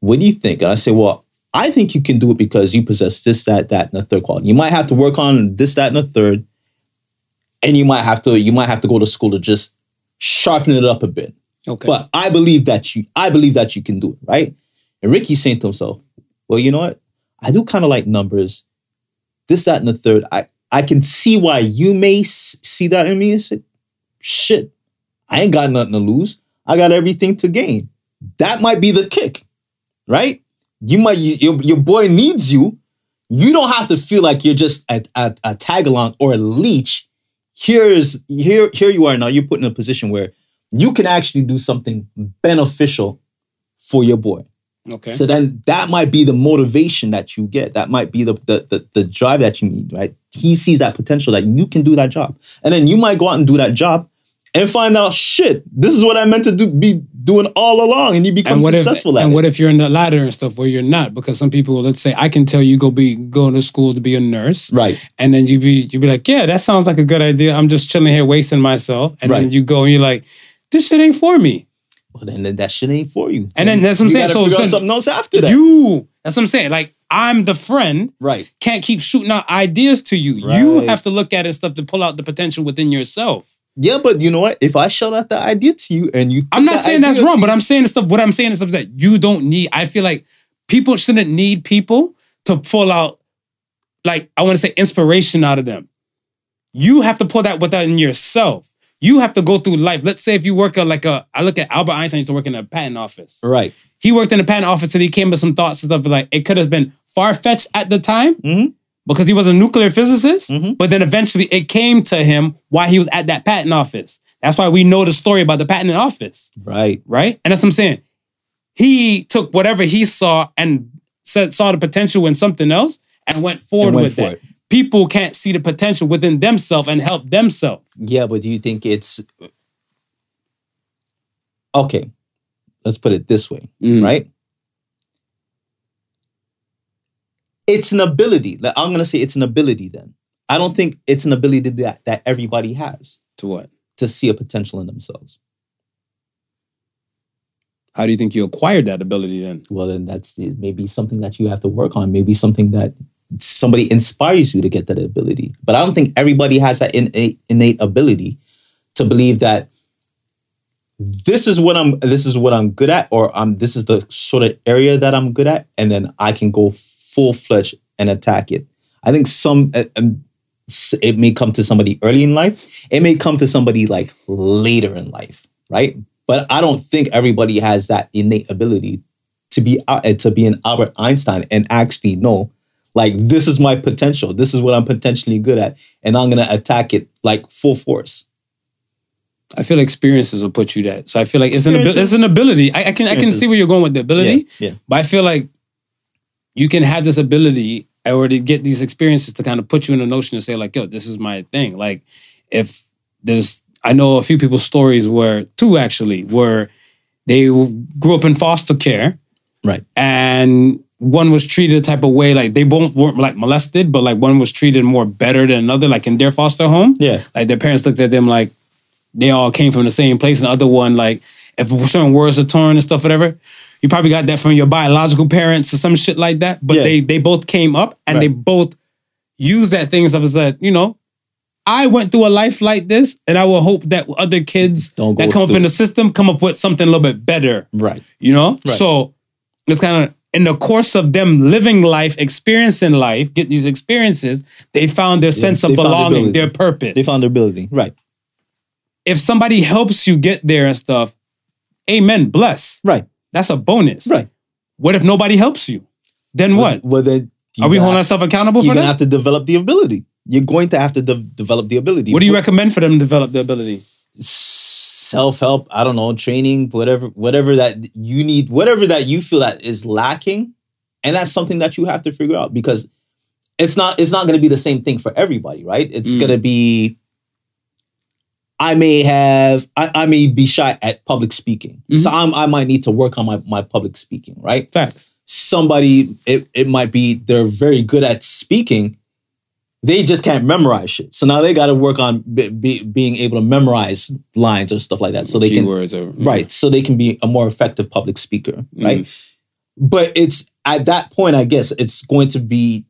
Speaker 5: What do you think? And I say, well, I think you can do it because you possess this, that, that, and the third quality. You might have to work on this, that, and the third. And you might have to, you might have to go to school to just sharpen it up a bit.
Speaker 4: Okay.
Speaker 5: But I believe that you, I believe that you can do it, right? And Ricky's saying to himself, well, you know what? I do kind of like numbers, this, that, and the third. I, I can see why you may s- see that in me and say, shit, I ain't got nothing to lose. I got everything to gain. That might be the kick, right? You might, you, your, your boy needs you. You don't have to feel like you're just a, a, a tag along or a leech. Here's here here you are now. You're put in a position where you can actually do something beneficial for your boy.
Speaker 4: okay.
Speaker 5: So then that might be the motivation that you get. That might be the, the the the drive that you need, right? He sees that potential that you can do that job. And then you might go out and do that job and find out shit, this is what I meant to do be doing all along and you become
Speaker 4: and what if
Speaker 5: successful at
Speaker 4: and
Speaker 5: it.
Speaker 4: what if you're in the ladder and stuff where you're not? Because some people, let's say, I can tell you go be go to school to be a nurse,
Speaker 5: Right.
Speaker 4: And then you be you be like, yeah, that sounds like a good idea. I'm just chilling here wasting myself, and then
Speaker 5: Right.
Speaker 4: you go and you're like, this shit ain't for me.
Speaker 5: Well then, then that shit ain't for you.
Speaker 4: And then that's what I'm
Speaker 5: you
Speaker 4: saying.
Speaker 5: gotta
Speaker 4: So-
Speaker 5: figure out
Speaker 4: so
Speaker 5: something else after that.
Speaker 4: You, that's what I'm saying. Like I'm the friend,
Speaker 5: right.
Speaker 4: can't keep shooting out ideas to you. You
Speaker 5: Right.
Speaker 4: have to look at it stuff to pull out the potential within yourself.
Speaker 5: Yeah, but you know what? If I shout out the idea to you and you took
Speaker 4: I'm not
Speaker 5: that
Speaker 4: saying that's
Speaker 5: idea
Speaker 4: wrong,
Speaker 5: to
Speaker 4: but
Speaker 5: you-
Speaker 4: I'm saying the stuff. What I'm saying is stuff that you don't need. I feel like people shouldn't need people to pull out, like I want to say, inspiration out of them. You have to pull that within yourself. You have to go through life. Let's say if you work at like a, I look at Albert Einstein used to work in a patent office.
Speaker 5: Right.
Speaker 4: He worked in a patent office and he came with some thoughts and stuff like it could have been far fetched at the time
Speaker 5: Mhm.
Speaker 4: because he was a nuclear physicist.
Speaker 5: Mm-hmm.
Speaker 4: But then eventually it came to him while he was at that patent office. That's why we know the story about the patent office
Speaker 5: Right.
Speaker 4: right? And that's what I'm saying. He took whatever he saw and said, saw the potential in something else and went forward
Speaker 5: went
Speaker 4: with
Speaker 5: for
Speaker 4: that.
Speaker 5: it.
Speaker 4: People can't see the potential within themselves and help themselves.
Speaker 5: Yeah, but do you think it's okay? Let's put it this way, right? It's an ability. Like, I'm gonna say it's an ability. Then I don't think it's an ability that that everybody has
Speaker 4: To what?
Speaker 5: to see a potential in themselves.
Speaker 4: How do you think you acquired that ability then?
Speaker 5: Well, then that's it may be something that you have to work on. Maybe something that somebody inspires you to get that ability. But I don't think everybody has that innate, innate ability to believe that this is what I'm this is what I'm good at, or um this is the sort of area that I'm good at, and then I can go full fledged and attack it. I think some uh, um, s- it may come to somebody early in life. It may come to somebody like later in life, right? But I don't think everybody has that innate ability to be out- uh, to be an Albert Einstein and actually know like this is my potential. This is what I'm potentially good at, and I'm gonna attack it like full force.
Speaker 4: I feel experiences will put you that. So I feel like it's an abil-
Speaker 5: Experiences.
Speaker 4: it's an ability. I, I can I can
Speaker 5: Experiences.
Speaker 4: see where you're going with the ability,
Speaker 5: Yeah, yeah.
Speaker 4: but I feel like you can have this ability or to get these experiences to kind of put you in a notion to say like, yo, this is my thing. Like if there's, I know a few people's stories where two actually where they grew up in foster care
Speaker 5: Right.
Speaker 4: and one was treated a type of way like they both weren't like molested, but like one was treated more better than another, like in their foster home.
Speaker 5: Yeah.
Speaker 4: Like their parents looked at them like they all came from the same place, and the other one, like, if certain words are torn and stuff, whatever, you probably got that from your biological parents or some shit like that. But
Speaker 5: Yeah.
Speaker 4: they they both came up and they both used that thing and stuff and said, you know, I went through a life like this, and I will hope that other kids
Speaker 5: Don't go
Speaker 4: that come up
Speaker 5: through
Speaker 4: in
Speaker 5: it.
Speaker 4: the system come up with something a little bit better
Speaker 5: Right.
Speaker 4: you know
Speaker 5: Right.
Speaker 4: so it's kind of in the course of them living life experiencing life getting these experiences they found their sense of
Speaker 5: they found their
Speaker 4: belonging
Speaker 5: ability.
Speaker 4: their purpose
Speaker 5: They found their ability. Right.
Speaker 4: if somebody helps you get there and stuff amen bless
Speaker 5: Right.
Speaker 4: that's a bonus
Speaker 5: Right.
Speaker 4: what if nobody helps you then what
Speaker 5: Well, then you
Speaker 4: are we holding
Speaker 5: gonna have-
Speaker 4: ourselves accountable
Speaker 5: You're
Speaker 4: for
Speaker 5: gonna
Speaker 4: that
Speaker 5: have to develop the ability. You're going to have to de- develop the ability.
Speaker 4: what do you recommend for them to develop the ability
Speaker 5: Self help. I don't know. Training. Whatever. Whatever that you need. Whatever that you feel that is lacking, and that's something that you have to figure out because it's not. It's not going to be the same thing for everybody, right? It's
Speaker 4: Mm.
Speaker 5: going to be. I may have. I, I may be shy at public speaking, so I'm, I might need to work on my my public speaking, right?
Speaker 4: facts
Speaker 5: somebody it, it might be they're very good at speaking they just can't memorize shit. So now they got to work on be, be, being able to memorize lines or stuff like that. So they can
Speaker 4: Keywords are
Speaker 5: right so they can be a more effective public speaker right but it's at that point i guess it's going to be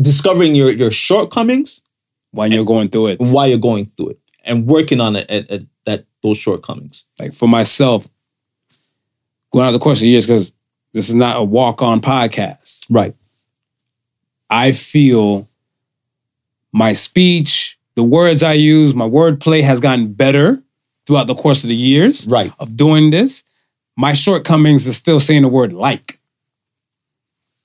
Speaker 5: discovering your your shortcomings
Speaker 4: when you're going through it.
Speaker 5: and why you're going through it and working on it at, at that those shortcomings
Speaker 4: Like for myself, going out the course of years because this is not a walk on podcast.
Speaker 5: right
Speaker 4: I feel my speech, the words I use, my wordplay has gotten better throughout the course of the years
Speaker 5: right
Speaker 4: of doing this. My shortcomings is still saying the word like.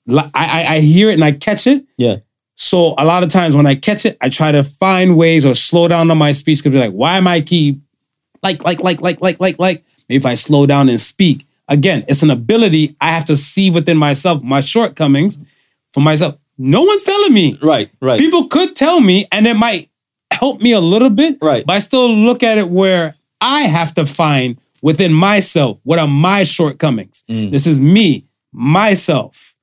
Speaker 4: Li- I, I, I hear it and I catch it.
Speaker 5: yeah
Speaker 4: So a lot of times when I catch it, I try to find ways or slow down on my speech because be like, why am I keep like like like like like like like? Maybe if I slow down and speak again, it's an ability I have to see within myself my shortcomings for myself. No one's telling me.
Speaker 5: right right
Speaker 4: People could tell me, and it might help me a little bit.
Speaker 5: Right.
Speaker 4: But I still look at it where I have to find within myself what are my shortcomings. This is me, myself.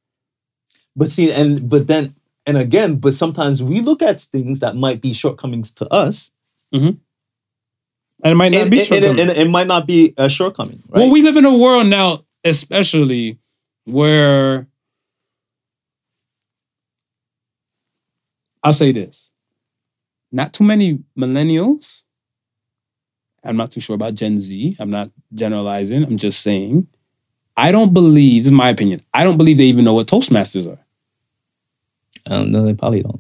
Speaker 5: but see and but then and again but sometimes we look at things that might be shortcomings to us
Speaker 4: And it might not
Speaker 5: and,
Speaker 4: be
Speaker 5: and- and-
Speaker 4: shortcomings.
Speaker 5: and it might not be a shortcoming right
Speaker 4: Well, we live in a world now, especially where I'll say this. Not too many millennials. I'm not too sure about Gen Z. I'm not generalizing. I'm just saying. I don't believe, this is my opinion, I don't believe they even know what Toastmasters are.
Speaker 5: i don't know they probably don't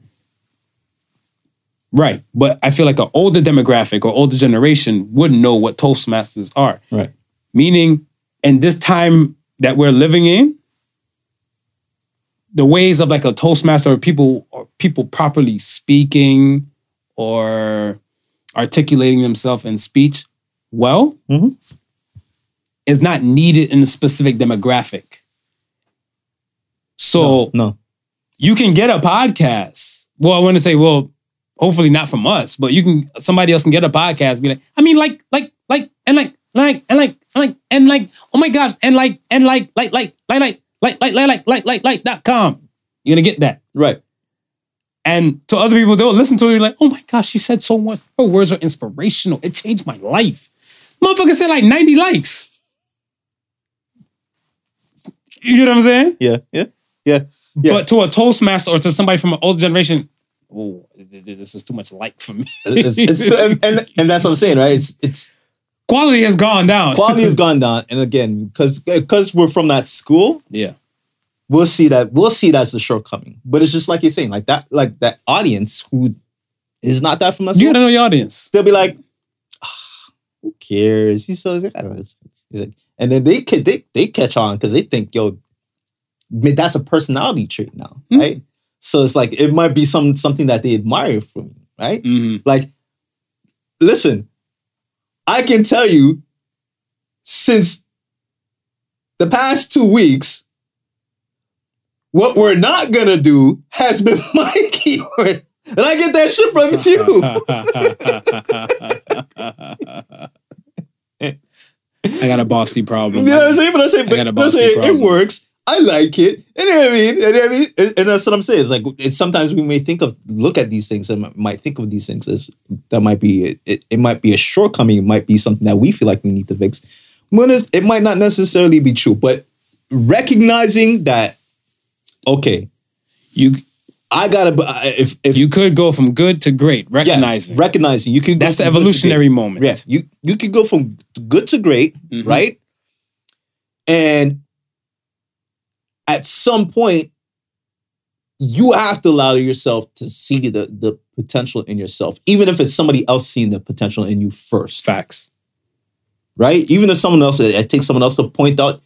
Speaker 4: Right. But I feel like an older demographic or older generation would know what Toastmasters are.
Speaker 5: right
Speaker 4: Meaning, in this time that we're living in, the ways of like a Toastmaster or people or people properly speaking or articulating themselves in speech well
Speaker 5: Mhm.
Speaker 4: is not needed in a specific demographic. So
Speaker 5: no
Speaker 4: you can get a podcast. Well, I want to say, well, hopefully not from us, but you can somebody else can get a podcast. And be like, I mean, like, like, like, and like, like, and like, and like, and like, oh my gosh, and like, and like, like, like, like, like, like, like, like, like, like, like, like, dot com. You're gonna get that.
Speaker 5: right
Speaker 4: And to other people, they'll listen to it. You're like, oh my gosh, she said so much. Her words are inspirational. It changed my life. Motherfucker said like 90 likes. You know what I'm saying?
Speaker 5: yeah yeah yeah yeah
Speaker 4: But to a Toastmaster or to somebody from an older generation, oh, th- th- this is too much like for me.
Speaker 5: it's, it's still, and, and and that's what I'm saying, right? It's it's
Speaker 4: quality has gone down.
Speaker 5: quality has gone down, and again, because because we're from that school,
Speaker 4: yeah,
Speaker 5: we'll see that we'll see that as a shortcoming. But it's just like you're saying, like that like that audience who is not that from that
Speaker 4: you
Speaker 5: school,
Speaker 4: gotta know your audience.
Speaker 5: they'll be like, "Ah, who cares? He says, I don't know. It's- it's like- and then they ca- they they catch on because they think, yo, man, that's a personality trait now,
Speaker 4: Mhm.
Speaker 5: right? So it's like it might be some something that they admire from you, right?
Speaker 4: Mm-hmm.
Speaker 5: Like, listen, I can tell you since the past two weeks, what we're not gonna do has been my keyword. And I get that shit from you.
Speaker 4: I got a bossy problem.
Speaker 5: You know what I'm saying? But I say,
Speaker 4: got a
Speaker 5: but I
Speaker 4: bossy
Speaker 5: say it
Speaker 4: problem.
Speaker 5: works. I like it. You know what I mean? You know what I mean? And- And that's what I'm saying. It's like it's sometimes we may think of look at these things and might think of these things as that might be it, it might be a shortcoming. It might be something that we feel like we need to fix. When it's, it might not necessarily be true, but recognizing that okay,
Speaker 4: You
Speaker 5: I gotta b- I- if if
Speaker 4: you could go from good to great,
Speaker 5: yeah,
Speaker 4: recognizing
Speaker 5: recognizing you can go
Speaker 4: that's the
Speaker 5: from good to great.
Speaker 4: evolutionary moment.
Speaker 5: Yeah, you you could go from good to great,
Speaker 4: Mhm.
Speaker 5: right? And at some point, you have to allow yourself to see the the potential in yourself, even if it's somebody else seeing the potential in you first,
Speaker 4: Facts.
Speaker 5: right? Even if someone else, it takes someone else to point out,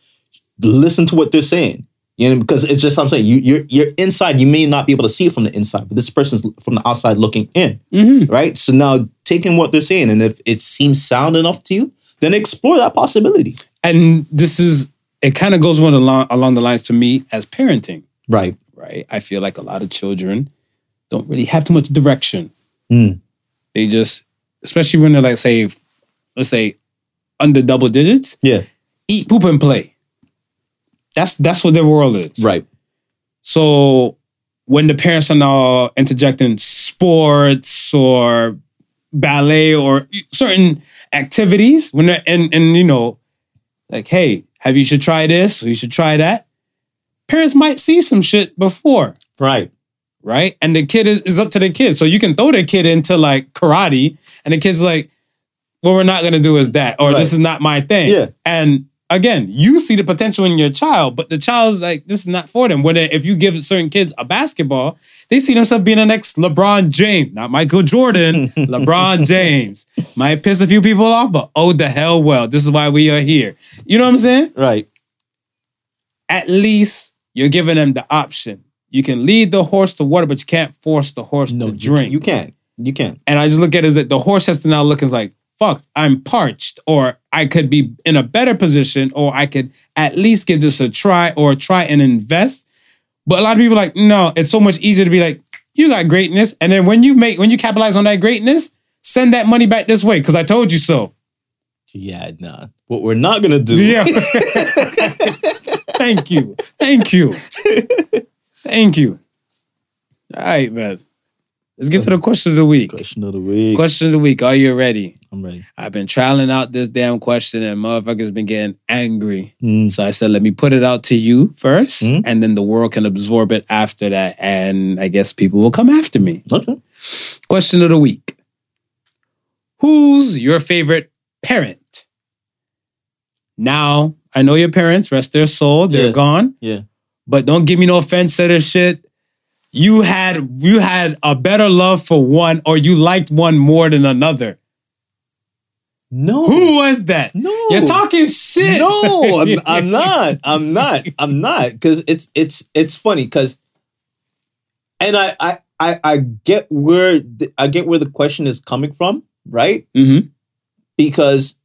Speaker 5: listen to what they're saying. You know, because it's just I'm saying you you're you're inside. You may not be able to see it from the inside, but this person's from the outside looking in
Speaker 4: Mm-hmm.
Speaker 5: right? So now taking what they're saying, and if it seems sound enough to you, then explore that possibility.
Speaker 4: And this is it. Kind of goes one along along the lines to me as parenting.
Speaker 5: Right.
Speaker 4: right? I feel like a lot of children don't really have too much direction.
Speaker 5: Mm.
Speaker 4: They just, especially when they're like, say, let's say, under double digits,
Speaker 5: Yeah.
Speaker 4: eat, poop, and play. That's that's what their world is.
Speaker 5: Right.
Speaker 4: So when the parents are now interjecting sports or ballet or certain activities when they're and and you know like hey have you should try this you should try that parents might see some shit before
Speaker 5: Right.
Speaker 4: right? And the kid is, is up to the kid. So you can throw the kid into like karate, and the kid's like, what we're not gonna do is that, or this
Speaker 5: Right.
Speaker 4: is not my thing.
Speaker 5: Yeah.
Speaker 4: And again, you see the potential in your child, but the child's like, this is not for them. When if you give certain kids a basketball, they see themselves being the next LeBron James, not Michael Jordan, LeBron James. Might piss a few people off, but oh the hell well. This is why we are here. You know what I'm saying?
Speaker 5: Right.
Speaker 4: at least you're giving them the option. You can lead the horse to water, but you can't force the horse to
Speaker 5: you
Speaker 4: drink.
Speaker 5: can- You can. You can.
Speaker 4: and I just look at it as that the horse has to now look and is like, fuck, I'm parched, or I could be in a better position, or I could at least give this a try or try and invest. But a lot of people are like, no, it's so much easier to be like, you got greatness. And then when you make when you capitalize on that greatness, send that money back this way, because I told you so.
Speaker 5: Yeah, nah. What we're not gonna do.
Speaker 4: Yeah. Thank you. Thank you. Thank you. All right, man. Let's get to the question of the week.
Speaker 5: Question of the week.
Speaker 4: Question of the week. Are you ready?
Speaker 5: I'm ready.
Speaker 4: I've been trialing out this damn question and motherfuckers been getting angry. So I said, let me put it out to you first, and then the world can absorb it after that. And I guess people will come after me.
Speaker 5: Okay.
Speaker 4: Question of the week Who's your favorite parent? Now, I know your parents, rest their soul, they're
Speaker 5: Yeah.
Speaker 4: gone,
Speaker 5: Yeah.
Speaker 4: but don't give me no offense to this shit. You had you had a better love for one or you liked one more than another.
Speaker 5: No.
Speaker 4: Who was that?
Speaker 5: No.
Speaker 4: You're talking shit.
Speaker 5: No, I'm, I'm not. I'm not. I'm not. Because it's it's it's funny. Because and I I I I get where the, I get where the question is coming from, right?
Speaker 4: Mhm.
Speaker 5: Because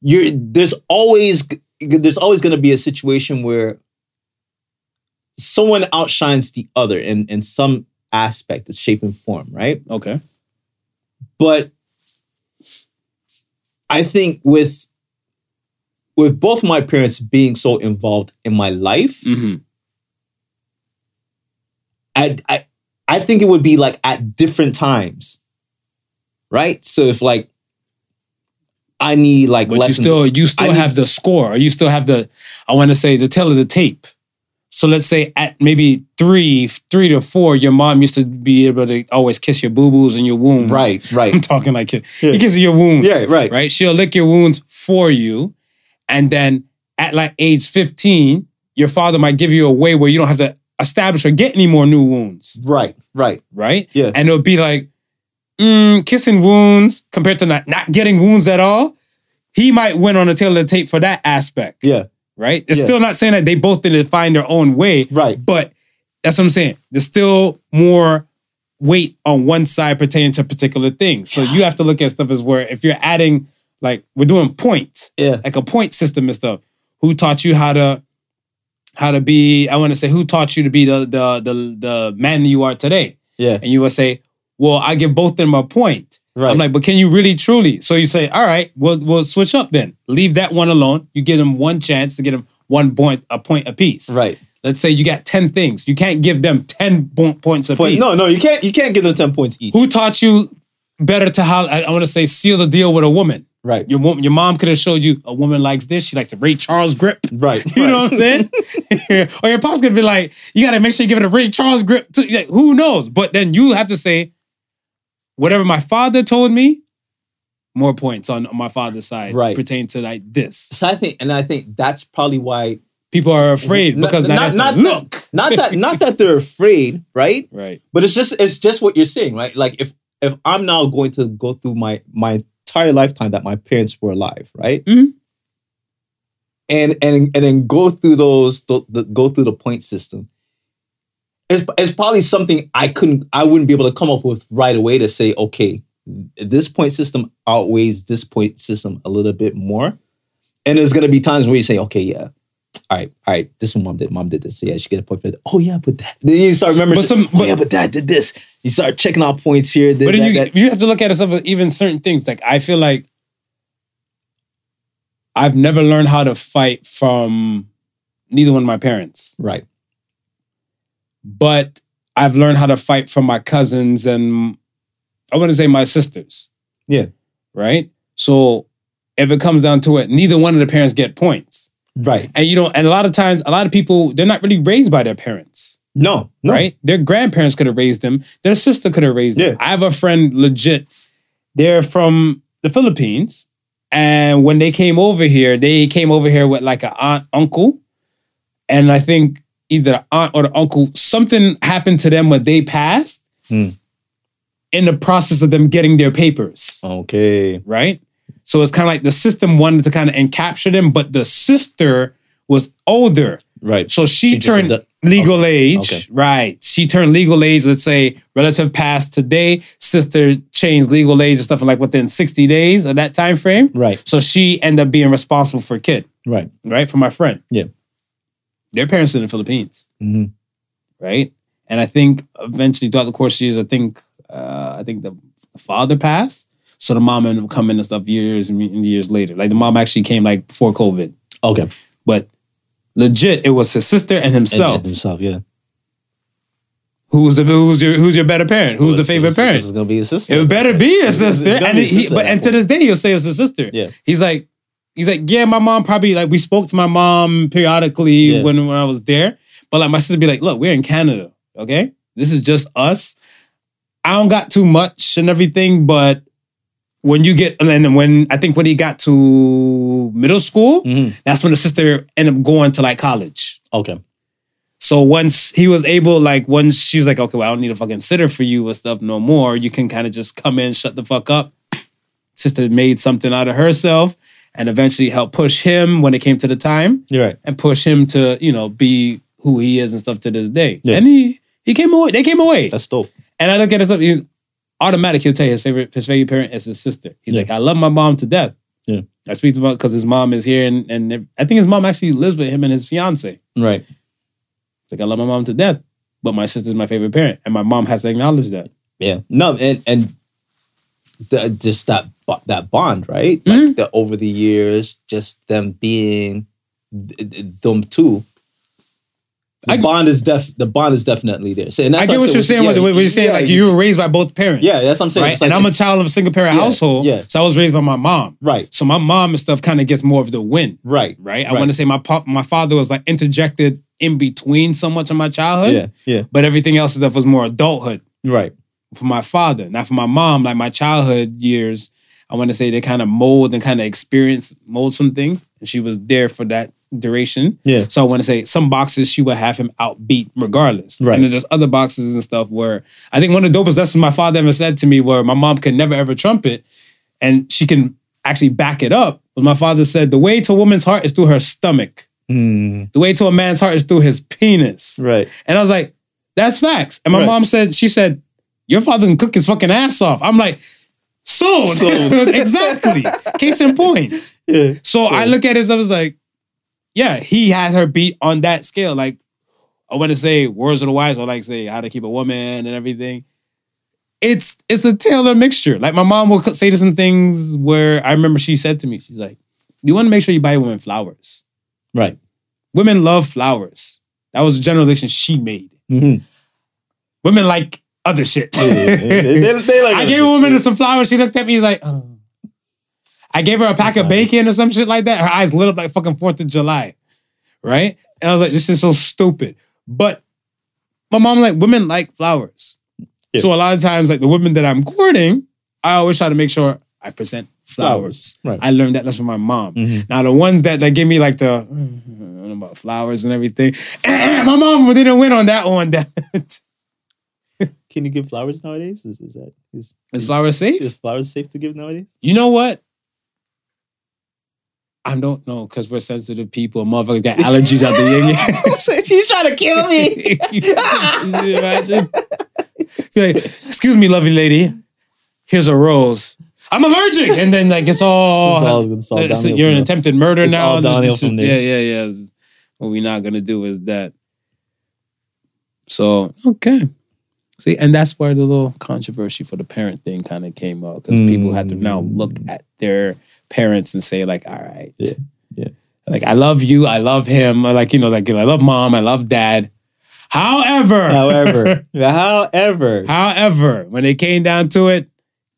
Speaker 5: you're there's always there's always going to be a situation where someone outshines the other in in some aspect of shape and form, right?
Speaker 4: Okay.
Speaker 5: but I think with with both my parents being so involved in my life,
Speaker 4: Mhm.
Speaker 5: I, I I think it would be like at different times, right? So if like I need like
Speaker 4: But
Speaker 5: lessons,
Speaker 4: you still you still
Speaker 5: I need-
Speaker 4: have the score, or you still have the I want to say the tail of the tape. So let's say at maybe three, three to four, your mom used to be able to always kiss your boo boos and your wounds.
Speaker 5: right,
Speaker 4: I'm
Speaker 5: right,
Speaker 4: talking like it.
Speaker 5: Yeah.
Speaker 4: He kisses your wounds.
Speaker 5: Yeah, right.
Speaker 4: Right. She'll lick your wounds for you, and then at like age 15, your father might give you a way where you don't have to establish or get any more new wounds.
Speaker 5: right, right,
Speaker 4: Right.
Speaker 5: Yeah.
Speaker 4: And it'll be like mm, kissing wounds compared to not not getting wounds at all. He might win on the tail of the tape for that aspect
Speaker 5: yeah,
Speaker 4: right? It's
Speaker 5: Yeah.
Speaker 4: still not saying that they both didn't find their own way,
Speaker 5: Right.
Speaker 4: But that's what I'm saying. There's still more weight on one side pertaining to particular things. So you have to look at stuff as where if you're adding, like we're doing points,
Speaker 5: yeah,
Speaker 4: like a point system and stuff. Who taught you how to how to be? I want to say who taught you to be the the the the man you are today?
Speaker 5: yeah,
Speaker 4: And you would say, well, I give both of them a point.
Speaker 5: Right.
Speaker 4: I'm like, but can you really truly? So you say, all right, we'll we'll switch up then. Leave that one alone. You give them one chance to get them one point a point apiece.
Speaker 5: right.
Speaker 4: Let's say you got ten things. You can't give them ten bo- points apiece.
Speaker 5: Point, no, no, you can't. You can't give them ten points each.
Speaker 4: Who taught you better to how? I, want to say seal the deal with a woman.
Speaker 5: Right,
Speaker 4: Your woman, your mom could have showed you a woman likes this. She likes the Ray Charles grip.
Speaker 5: right.
Speaker 4: You know what
Speaker 5: right.
Speaker 4: I'm saying? or your pops gonna be like, you gotta make sure you give it a Ray Charles grip. Too. Like, who knows? But then you have to say, whatever my father told me, more points on, on my father's side
Speaker 5: Right.
Speaker 4: pertain to like this.
Speaker 5: So I think, and I think that's probably why
Speaker 4: People are afraid because not,
Speaker 5: not
Speaker 4: not
Speaker 5: not
Speaker 4: look
Speaker 5: that, not that not that they're afraid, right?
Speaker 4: right.
Speaker 5: But it's just it's just what you're saying, right? Like if if I'm now going to go through my my entire lifetime that my parents were alive, right?
Speaker 4: Mhm.
Speaker 5: And and and then go through those the, the, go through the point system. It's, it's probably something I couldn't I wouldn't be able to come up with right away to say okay this point system outweighs this point system a little bit more, and there's gonna be times where you say okay yeah. All right, all right. This one, mom did. Mom did this. Yeah, she get a point for that. Oh yeah, but that. Then you start remembering.
Speaker 4: But some-
Speaker 5: oh, yeah, but dad did this. You start checking out points here. Then
Speaker 4: But
Speaker 5: that,
Speaker 4: then you
Speaker 5: that.
Speaker 4: you have to look at some of even certain things. Like I feel like I've never learned how to fight from neither one of my parents.
Speaker 5: Right.
Speaker 4: but I've learned how to fight from my cousins and I want to say my sisters.
Speaker 5: Yeah.
Speaker 4: Right. So if it comes down to it, neither one of the parents get points,
Speaker 5: Right.
Speaker 4: and you don't. And a lot of times, a lot of people they're not really raised by their parents.
Speaker 5: No. No.
Speaker 4: right? Their grandparents could have raised them. Their sister could have raised them.
Speaker 5: Yeah.
Speaker 4: I have a friend, legit. They're from the Philippines, and when they came over here, they came over here with like an aunt, uncle, and I think either the aunt or the uncle. Something happened to them when they passed.
Speaker 5: Hmm.
Speaker 4: In the process of them getting their papers,
Speaker 5: Oh. Okay.
Speaker 4: right? So it's kind of like the system wanted to kind of encapture them, but the sister was older.
Speaker 5: Right.
Speaker 4: So she,
Speaker 5: She just
Speaker 4: turned
Speaker 5: adu-
Speaker 4: legal age,
Speaker 5: Okay.
Speaker 4: right? She turned legal age. Let's say relative passed today. Sister changed legal age and stuff like within sixty days of that time frame.
Speaker 5: Right.
Speaker 4: So she ended up being responsible for kid,
Speaker 5: Right.
Speaker 4: right? For my friend,
Speaker 5: Yeah.
Speaker 4: their parents in the Philippines,
Speaker 5: Mhm.
Speaker 4: right? And I think eventually throughout the course of years, I think uh, I think the father passed. So the mom ended up coming and stuff years and years later. Like the mom actually came like before COVID,
Speaker 5: Okay. And
Speaker 4: but legit, it was his sister and himself.
Speaker 5: himself. Yeah.
Speaker 4: Who's the who's your who's your better parent? Who's the
Speaker 5: This
Speaker 4: favorite
Speaker 5: is-
Speaker 4: parent?
Speaker 5: This is gonna be his sister.
Speaker 4: It better be a
Speaker 5: It's- it's
Speaker 4: sister.
Speaker 5: gonna
Speaker 4: And
Speaker 5: be
Speaker 4: he,
Speaker 5: sister
Speaker 4: but
Speaker 5: at
Speaker 4: and to
Speaker 5: that
Speaker 4: this day he'll say it's his sister.
Speaker 5: Yeah.
Speaker 4: He's like, he's like, yeah, my mom probably like we spoke to my mom periodically
Speaker 5: Yeah.
Speaker 4: when when I was there. But like my sister be like, look, we're in Canada. Okay. This is just us. I don't got too much and everything, but when you get and then when I think when he got to middle school,
Speaker 5: Mhm.
Speaker 4: that's when the sister ended up going to like college.
Speaker 5: Okay.
Speaker 4: So once he was able, like once she was like, okay, well, I don't need a fucking sitter for you and stuff no more. You can kind of just come in, shut the fuck up. Sister made something out of herself and eventually helped push him when it came to the time
Speaker 5: You're right.
Speaker 4: and push him to, you know, be who he is and stuff to this day.
Speaker 5: Yeah.
Speaker 4: And he he came away. They came away.
Speaker 5: That's dope.
Speaker 4: and I look at his stuff, he, automatic, he'll tell you his favorite his favorite parent is his sister. He's
Speaker 5: Yeah.
Speaker 4: like, I love my mom to death.
Speaker 5: Yeah.
Speaker 4: I speak to him because his mom is here and, and I think his mom actually lives with him and his fiance.
Speaker 5: Right.
Speaker 4: Like I love my mom to death, but my sister's my favorite parent, and my mom has to acknowledge that.
Speaker 5: Yeah. No, and and the, just that bo- that bond, right?
Speaker 4: Mm-hmm.
Speaker 5: Like the over the years, just them being th- th- them two. The
Speaker 4: I-
Speaker 5: bond is def the bond is definitely there. So, and that's
Speaker 4: I get what
Speaker 5: why said
Speaker 4: you're
Speaker 5: with-
Speaker 4: saying.
Speaker 5: yeah,
Speaker 4: what, what you're saying,
Speaker 5: yeah,
Speaker 4: like you were raised by both parents.
Speaker 5: Yeah, that's what I'm saying.
Speaker 4: Right?
Speaker 5: It's like
Speaker 4: and I'm a
Speaker 5: it's-
Speaker 4: child of a single parent
Speaker 5: Yeah,
Speaker 4: household,
Speaker 5: yeah.
Speaker 4: so I was raised by my mom.
Speaker 5: Right.
Speaker 4: So my mom and stuff kind of gets more of the win.
Speaker 5: Right.
Speaker 4: Right. I want to say my pop, my father was like interjected in between so much of my childhood.
Speaker 5: Yeah. Yeah.
Speaker 4: But everything else stuff was more adulthood
Speaker 5: Right.
Speaker 4: for my father, not for my mom. Like my childhood years, I want to say they kind of mold and kind of experience mold some things, and she was there for that duration.
Speaker 5: Yeah.
Speaker 4: So I want to say some boxes she would have him outbeat regardless.
Speaker 5: Right.
Speaker 4: And then there's other boxes and stuff where I think one of the dopest lessons my father ever said to me where my mom could never ever trump it and she can actually back it up. But my father said the way to a woman's heart is through her stomach.
Speaker 5: Hmm.
Speaker 4: The way to a man's heart is through his penis.
Speaker 5: Right.
Speaker 4: And I was like, that's facts. And my
Speaker 5: Right.
Speaker 4: mom said, she said, your father can cook his fucking ass off. I'm like, sold.
Speaker 5: Sold.
Speaker 4: exactly. Case in point.
Speaker 5: Yeah.
Speaker 4: So I look at his, I was like, yeah, he has her beat on that scale. Like, I want to say words of the wise, or like say how to keep a woman and everything. It's it's a tailored mixture. Like my mom will say to some things where I remember she said to me, she's like, "You want to make sure you buy women flowers.
Speaker 5: Right.
Speaker 4: Women love flowers. That was a generalization she made.
Speaker 5: Mhm.
Speaker 4: Women like other shit.
Speaker 5: They- they- they like-
Speaker 4: I gave a woman some flowers. She looked at me like, oh. I gave her a pack of bacon or some shit like that. Her eyes lit up like fucking Fourth of July, right? And I was like, this is so stupid. But my mom like women like flowers,
Speaker 5: Yeah.
Speaker 4: so a lot of times like the women that I'm courting, I always try to make sure I present flowers.
Speaker 5: Flowers, right. Mm-hmm.
Speaker 4: I learned that lesson from my mom. Now the ones that that give me like the "Mm, I don't know about flowers and everything, my mom didn't win on that one. That
Speaker 5: Can you give flowers nowadays? Is, is that is,
Speaker 4: is flowers safe?
Speaker 5: is flowers safe to give nowadays?
Speaker 4: You know what? I don't know because we're sensitive people. Motherfuckers got allergies out the yin yang.
Speaker 5: She's trying to kill me.
Speaker 4: Can you imagine? Like, excuse me, lovely lady. Here's a rose. I'm allergic, and then like it's all,
Speaker 5: It's all- it's all
Speaker 4: it's-
Speaker 5: downhill
Speaker 4: you're
Speaker 5: from
Speaker 4: an
Speaker 5: there.
Speaker 4: attempted murder
Speaker 5: It's
Speaker 4: now.
Speaker 5: all
Speaker 4: This-
Speaker 5: downhill
Speaker 4: this is-
Speaker 5: from there.
Speaker 4: Yeah, yeah, yeah. What we're not gonna do is that. So okay, see, and that's where the little controversy for the parent thing kind of came up because people had to now look at their parents and say like, all right,
Speaker 5: Mm. Yeah, yeah.
Speaker 4: like I love you, I love him, or, like you know, like I love mom, I love dad. However,
Speaker 5: However, however,
Speaker 4: however, when it came down to it,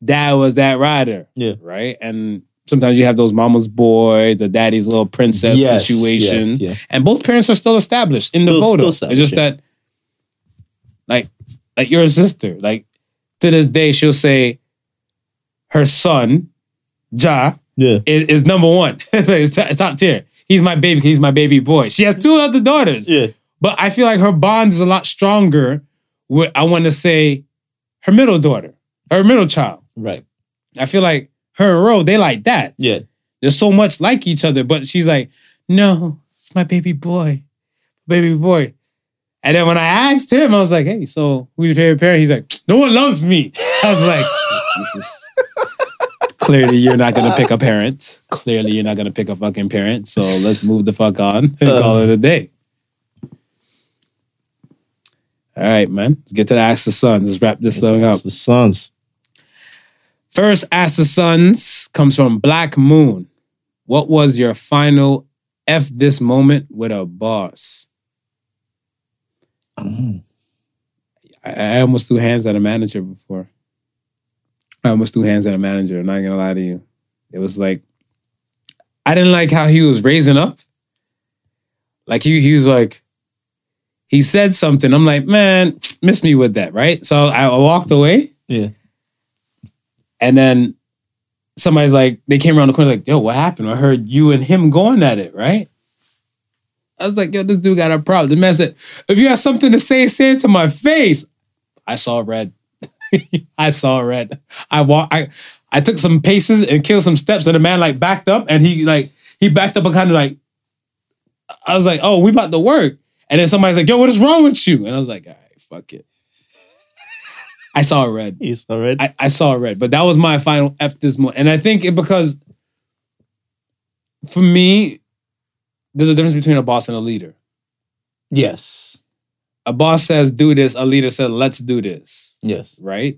Speaker 4: that was that rider.
Speaker 5: Yeah.
Speaker 4: Right. And sometimes you have those mama's boy, the daddy's little princess
Speaker 5: Yes,
Speaker 4: situation.
Speaker 5: yes, yeah.
Speaker 4: And both parents are still established in the
Speaker 5: Still-
Speaker 4: photo.
Speaker 5: still
Speaker 4: it's just
Speaker 5: established,
Speaker 4: that, like, like your sister, like to this day, she'll say her son, Ja,
Speaker 5: yeah,
Speaker 4: is, is number one. it's top, top tier. He's my baby. He's my baby boy. She has two other daughters.
Speaker 5: yeah,
Speaker 4: But I feel like her bond is a lot stronger with, I want to say, her middle daughter, her middle child.
Speaker 5: right,
Speaker 4: I feel like her and Ro, they like that.
Speaker 5: yeah,
Speaker 4: They're so much like each other, but she's like, no, it's my baby boy, baby boy. And then when I asked him, I was like, hey, so who's your favorite parent? He's like, no one loves me. I was like, this is- clearly you're not going to pick a parent. Clearly you're not going to pick a fucking parent. So let's move the fuck on and call it a day. All right, man. Let's get to the Ask the Sun. Let's wrap this thing up.
Speaker 5: It's the sons.
Speaker 4: First Ask the Sons comes from Black Moon. What was your final F this moment with a boss? I, I almost threw hands at a manager before. I almost threw hands at a manager. I'm not gonna lie to you. It was like I didn't like how he was raising up. Like he he was like, he said something. I'm like, man, miss me with that, right? So I I walked away.
Speaker 5: Yeah.
Speaker 4: And then somebody's like, they came around the corner, like, yo, what happened? I heard you and him going at it, right? I was like, yo, this dude got a problem. The man said, if you have something to say, say it to my face. I saw red. I saw red. I walk I I took some paces and killed some steps, and the man like backed up and he like he backed up and kind of like I was like, oh, we about to work. And then somebody's like, yo, what is wrong with you? And I was like, all right, fuck it. I saw red.
Speaker 5: He's already.
Speaker 4: I, I saw red, but that was my final F this moment. And I think it because for me, there's a difference between a boss and a leader.
Speaker 5: yes,
Speaker 4: A boss says, do this. A leader said, let's do this.
Speaker 5: yes,
Speaker 4: Right.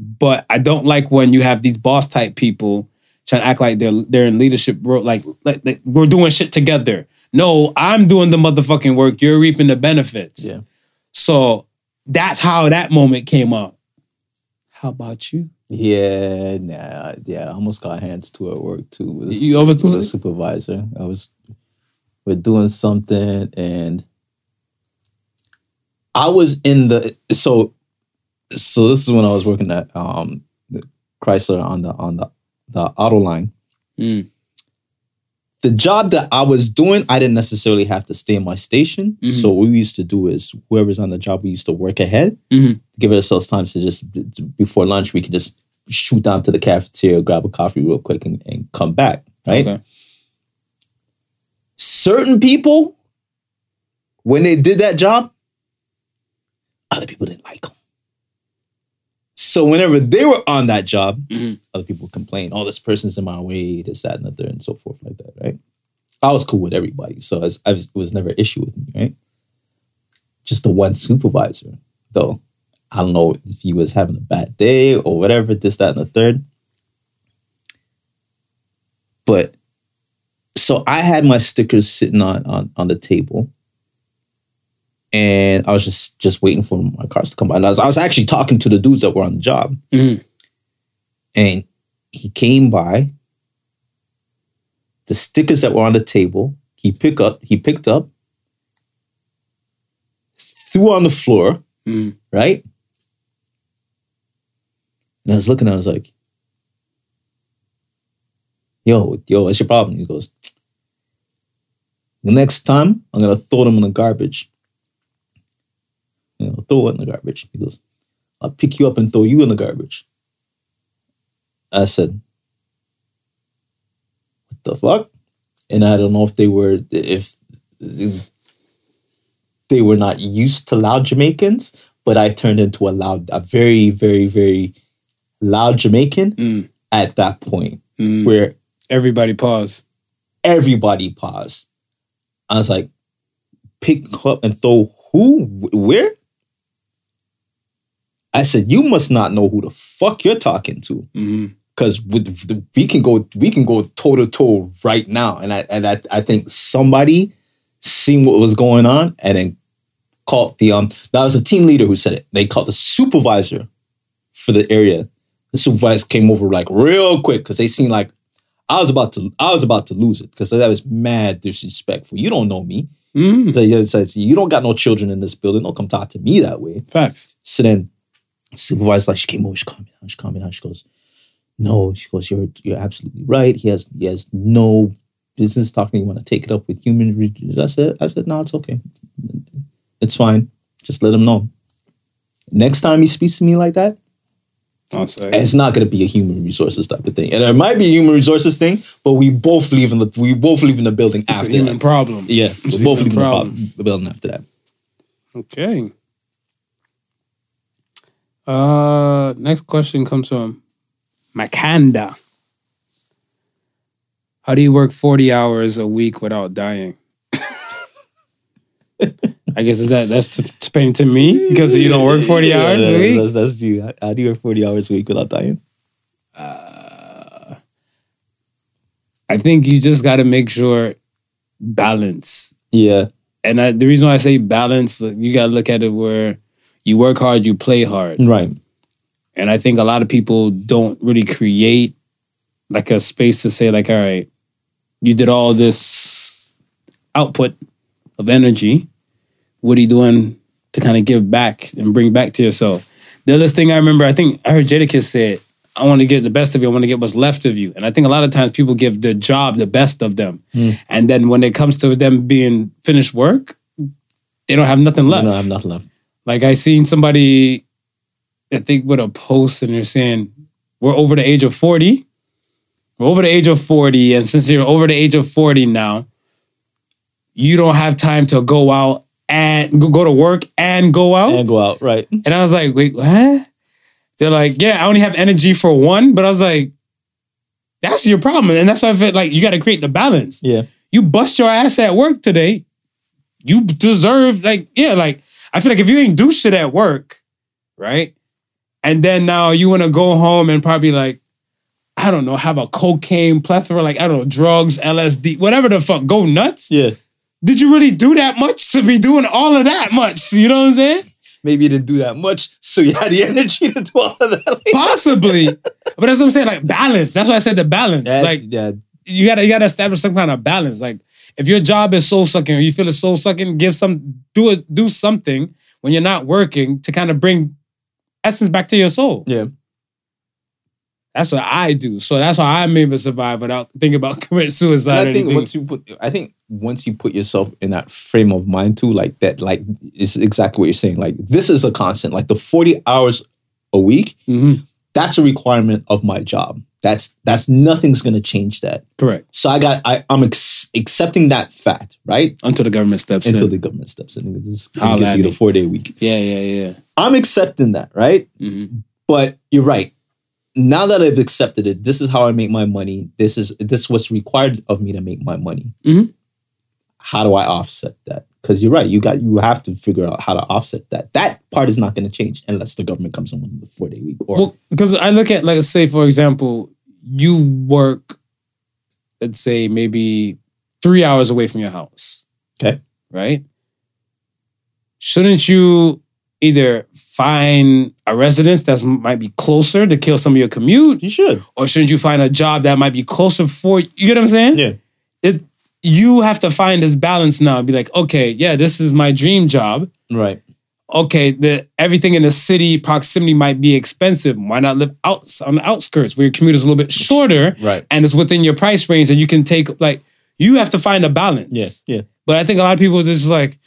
Speaker 4: But I don't like when you have these boss type people trying to act like they're they're in leadership role, like, like, like we're doing shit together. No, I'm doing the motherfucking work. You're reaping the benefits.
Speaker 5: Yeah.
Speaker 4: So that's how that moment came up. How about you?
Speaker 5: yeah, nah, yeah. I almost got hands to at work too. With a
Speaker 4: You
Speaker 5: su-
Speaker 4: almost-
Speaker 5: with a supervisor. I was, we're doing something, and I was in the so, so this is when I was working at um the Chrysler on the on the the auto line.
Speaker 4: Mm.
Speaker 5: the job that I was doing, I didn't necessarily have to stay in my station.
Speaker 4: Mhm.
Speaker 5: So what we used to do is whoever's on the job, we used to work ahead,
Speaker 4: Mhm.
Speaker 5: give ourselves time to just before lunch, we could just shoot down to the cafeteria, grab a coffee real quick, and, and come back. Right?
Speaker 4: Okay.
Speaker 5: Certain people, when they did that job, other people didn't like them. So whenever they were on that job,
Speaker 4: Mhm.
Speaker 5: other people complain, "Oh, this person's in my way, this, that, and the third, and so forth, like that." Right? I was cool with everybody, so it's- I was, it was never an issue with me. Right? Just the one supervisor, though. I don't know if he was having a bad day or whatever, this, that, and the third. But so I had my stickers sitting on on, on the table. And I was just just waiting for my cars to come by. And I was, I was actually talking to the dudes that were on the job.
Speaker 4: Mhm.
Speaker 5: And he came by. The stickers that were on the table, he pick up, he picked up, threw on the floor,
Speaker 4: Mm.
Speaker 5: right? And I was looking at it, I was like, yo, yo, what's your problem? He goes, the next time I'm gonna throw them in the garbage. You know, throw it in the garbage. He goes, I'll pick you up and throw you in the garbage. I said, What the fuck? And I don't know if they were if they were not used to loud Jamaicans, but I turned into a loud, a very, very, very loud Jamaican
Speaker 4: Mm.
Speaker 5: at that point
Speaker 4: Mm.
Speaker 5: where
Speaker 4: Everybody pause.
Speaker 5: everybody paused. I was like, pick up and throw who? Wh- Where? I said, you must not know who the fuck you're talking to.
Speaker 4: Mm.
Speaker 5: Cause with the, we can go we can go toe to toe right now. And I and I, I think somebody seen what was going on and then called the um that was a team leader who said it. They called the supervisor for the area. The supervisor came over like real quick because they seen like I was about to I was about to lose it because that was mad disrespectful. You don't know me.
Speaker 4: Mm-hmm.
Speaker 5: So he says, you don't got no children in this building. Don't come talk to me that way.
Speaker 4: Facts.
Speaker 5: So then supervisor's like, she came over, she's calming down, she's calming down. She goes, No, she goes, You're you're absolutely right. He has he has no business talking. You want to take it up with human re- I said, I said, no, it's okay. It's fine. Just let him know. Next time he speaks to me like that,
Speaker 4: I'll say.
Speaker 5: and it's not going to be a human resources type of thing. And it might be a human resources thing, but we both leave in the we both leave in the building
Speaker 4: It's a
Speaker 5: after
Speaker 4: human
Speaker 5: that.
Speaker 4: problem.
Speaker 5: Yeah,
Speaker 4: a
Speaker 5: we both
Speaker 4: human
Speaker 5: leave in the
Speaker 4: problem.
Speaker 5: pub- the building after that.
Speaker 4: Okay. Uh, next question comes from Makanda. How do you work 40 hours a week without dying? I guess is that that's explaining to me because you don't work 40
Speaker 5: Yeah,
Speaker 4: hours a
Speaker 5: that's-
Speaker 4: week.
Speaker 5: That's, that's you. I, I do work 40 hours a week without dying.
Speaker 4: Uh, I think you just got to make sure balance.
Speaker 5: Yeah.
Speaker 4: And I, the reason why I say balance, like, you got to look at it where you work hard, you play hard.
Speaker 5: Right.
Speaker 4: And I think a lot of people don't really create like a space to say, like, all right, you did all this output of energy. What are you doing to kind of give back and bring back to yourself? The other thing I remember, I think I heard Jadakiss say it. I want to get the best of you. I want to get what's left of you. And I think a lot of times people give the job the best of them. And then when it comes to them being finished work, they don't have nothing left.
Speaker 5: No, I have nothing left.
Speaker 4: Like I seen somebody, I think with a post and they're saying we're over the age of forty. We're over the age of forty, and since you're over the age of forty now, you don't have time to go out and go- go to work and go out.
Speaker 5: And go out. Right.
Speaker 4: And I was like, wait, what? They're like, yeah, I only have energy for one. But I was like, that's your problem, and that's why I feel like you got to create the balance
Speaker 5: Yeah.
Speaker 4: you bust your ass at work today, you deserve like yeah, like I feel like if you ain't do shit at work, right? And then now you want to go home and probably like I don't know, have a cocaine plethora, like I don't know, drugs, LSD, whatever the fuck, go nuts.
Speaker 5: Yeah.
Speaker 4: Did you really do that much to be doing all of that much? You know what I'm saying?
Speaker 5: Maybe you didn't do that much, so you had the energy to do all of that.
Speaker 4: Possibly, but that's what I'm saying. Like balance. That's why I said the balance. like
Speaker 5: yeah,
Speaker 4: you gotta you gotta establish some kind of balance. Like if your job is soul sucking or you feel it's soul sucking, give some do it do something when you're not working to kind of bring essence back to your soul.
Speaker 5: yeah.
Speaker 4: That's what I do. So that's how I'm able to survive without thinking about commit suicide.
Speaker 5: And I
Speaker 4: or
Speaker 5: think
Speaker 4: anything.
Speaker 5: once you put, I think once you put yourself in that frame of mind too, like that, like is exactly what you're saying. Like this is a constant. Like the 40 hours a week,
Speaker 4: Mhm.
Speaker 5: that's a requirement of my job. That's that's nothing's gonna change that.
Speaker 4: correct
Speaker 5: So I got, I, I'm ex- accepting that fact, right?
Speaker 4: until the government steps
Speaker 5: Until
Speaker 4: in.
Speaker 5: the government steps in and gives
Speaker 4: Holla
Speaker 5: gives
Speaker 4: at
Speaker 5: you the
Speaker 4: me.
Speaker 5: four day week.
Speaker 4: yeah, yeah, yeah.
Speaker 5: I'm accepting that, right?
Speaker 4: Mhm.
Speaker 5: But you're right. Now that I've accepted it, this is how I make my money. This is this is what's required of me to make my money.
Speaker 4: Mhm.
Speaker 5: How do I offset that? Because you're right, you got you have to figure out how to offset that. That part is not going to change unless the government comes in with a four day week. Or
Speaker 4: Well, because I look at like say for example, you work, let's say maybe three hours away from your house.
Speaker 5: Okay.
Speaker 4: Right. Shouldn't you either find a residence that might be closer to kill some of your commute,
Speaker 5: you should.
Speaker 4: or shouldn't you find a job that might be closer for you? Get what I'm saying?
Speaker 5: Yeah.
Speaker 4: It you have to find this balance now. Be like, okay, yeah, this is my dream job
Speaker 5: Right.
Speaker 4: okay, the everything in the city proximity might be expensive. Why not live out on the outskirts where your commute is a little bit shorter,
Speaker 5: Right.
Speaker 4: and it's within your price range, and you can take like you have to find a balance.
Speaker 5: Yeah. Yeah.
Speaker 4: But I think a lot of people just like,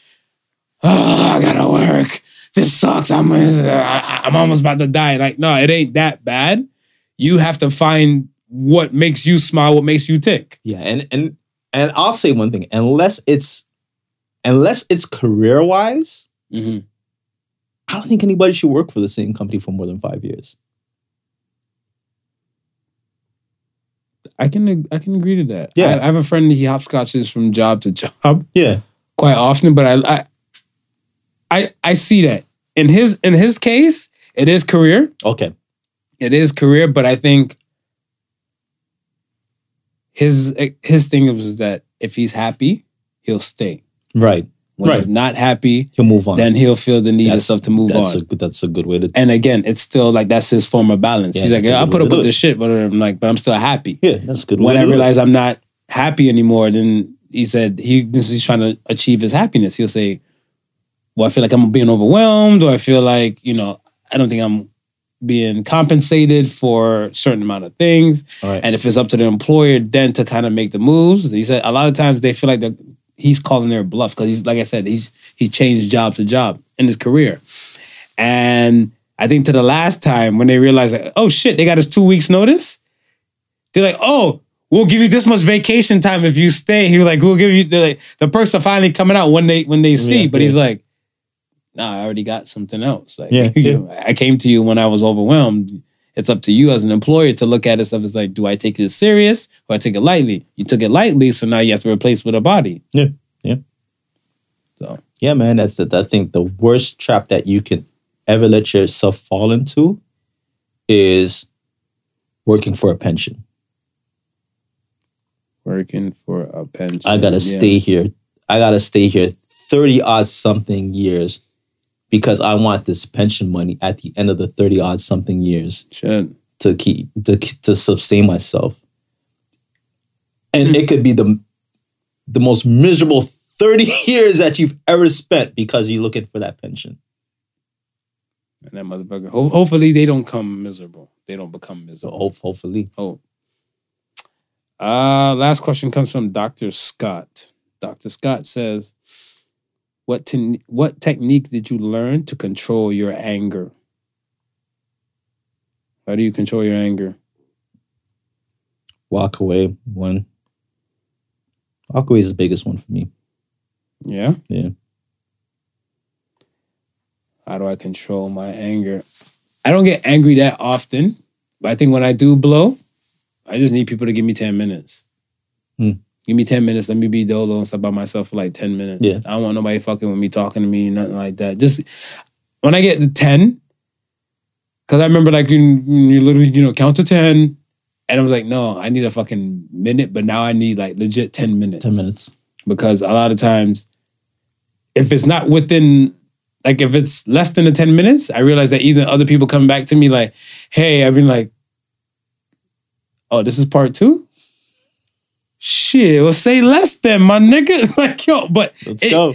Speaker 4: oh, I gotta work. This sucks. I'm I- I'm almost about to die. Like, no, it ain't that bad. You have to find what makes you smile, what makes you tick.
Speaker 5: Yeah. And and and I'll say one thing. Unless it's unless it's career wise,
Speaker 4: Mm-hmm.
Speaker 5: I don't think anybody should work for the same company for more than five years.
Speaker 4: I can I can agree to that.
Speaker 5: Yeah.
Speaker 4: I, I have a friend he hopscotches from job to job.
Speaker 5: Yeah.
Speaker 4: quite often, but I, I I I see that in his in his case, it is career,
Speaker 5: Okay.
Speaker 4: it is career, but I think his his thing was that if he's happy, he'll stay.
Speaker 5: Right.
Speaker 4: When
Speaker 5: Right.
Speaker 4: he's not happy,
Speaker 5: He'll move on.
Speaker 4: then he'll feel the need and
Speaker 5: that's
Speaker 4: stuff to move
Speaker 5: that's
Speaker 4: on.
Speaker 5: A, that's a good way to.
Speaker 4: and again, it's still like that's his form of balance.
Speaker 5: Yeah,
Speaker 4: He's like,
Speaker 5: that's a
Speaker 4: yeah, I
Speaker 5: good
Speaker 4: put
Speaker 5: way
Speaker 4: up
Speaker 5: to
Speaker 4: with
Speaker 5: do
Speaker 4: this shit, but I'm like, but I'm still happy.
Speaker 5: Yeah, that's a good.
Speaker 4: when
Speaker 5: way
Speaker 4: I
Speaker 5: to do it.
Speaker 4: realize I'm not happy anymore, then he said he this is trying to achieve his happiness. He'll say, "Well, I feel like I'm being overwhelmed, or I feel like you know I don't think I'm being compensated for a certain amount of things."
Speaker 5: All right.
Speaker 4: And if it's up to the employer then to kind of make the moves, he said a lot of times they feel like they're- he's calling their bluff because he's like I said he's he changed job to job in his career, and I think to the last time when they realized like oh shit they got us two weeks notice, they're like oh we'll give you this much vacation time if you stay. He was like we'll give you they're like the perks are finally coming out when they when they see,
Speaker 5: Yeah,
Speaker 4: but
Speaker 5: yeah.
Speaker 4: he's like nah I already got something else. Like
Speaker 5: Yeah,
Speaker 4: you
Speaker 5: yeah.
Speaker 4: know, I came to you when I was overwhelmed it's up to you as an employer to look at it stuff. It's like, do I take it serious or I take it lightly? You took it lightly, so now you have to replace with a body.
Speaker 5: Yeah, yeah.
Speaker 4: So
Speaker 5: Yeah, man, that's it. I think the worst trap that you can ever let yourself fall into is working for a pension.
Speaker 4: working for a pension.
Speaker 5: I gotta
Speaker 4: yeah.
Speaker 5: stay here. I gotta stay here thirty odd something years because I want this pension money at the end of the thirty odd something years
Speaker 4: Shit.
Speaker 5: to keep to to sustain myself. And it could be the the most miserable thirty years that you've ever spent because you're looking for that pension.
Speaker 4: And that motherfucker. Ho- hopefully they don't come miserable. They don't become
Speaker 5: So
Speaker 4: miserable.
Speaker 5: hope, hopefully.
Speaker 4: Oh. Uh, last question comes from Dr. Scott. Dr. Scott says, what, ten- what technique did you learn to control your anger? How do you control your anger?
Speaker 5: Walk away one. Walk away is the biggest one for me.
Speaker 4: Yeah?
Speaker 5: Yeah.
Speaker 4: How do I control my anger? I don't get angry that often, but I think when I do blow, I just need people to give me 10 minutes.
Speaker 5: Hmm.
Speaker 4: Give me 10 minutes. Let me be dolo and stuff by myself for like 10 minutes.
Speaker 5: Yeah.
Speaker 4: I don't want nobody fucking with me, talking to me, nothing like that. Just when I get to 10, because I remember like you, you literally, you know, count to 10. And I was like, no, I need a fucking minute, but now I need like legit 10 minutes
Speaker 5: Ten minutes.
Speaker 4: because a lot of times if it's not within like if it's less than the 10 minutes i realize that either other people come back to me like hey i've been like oh this is part two shit well say less than my nigga like yo but
Speaker 5: Let's
Speaker 4: it-
Speaker 5: go.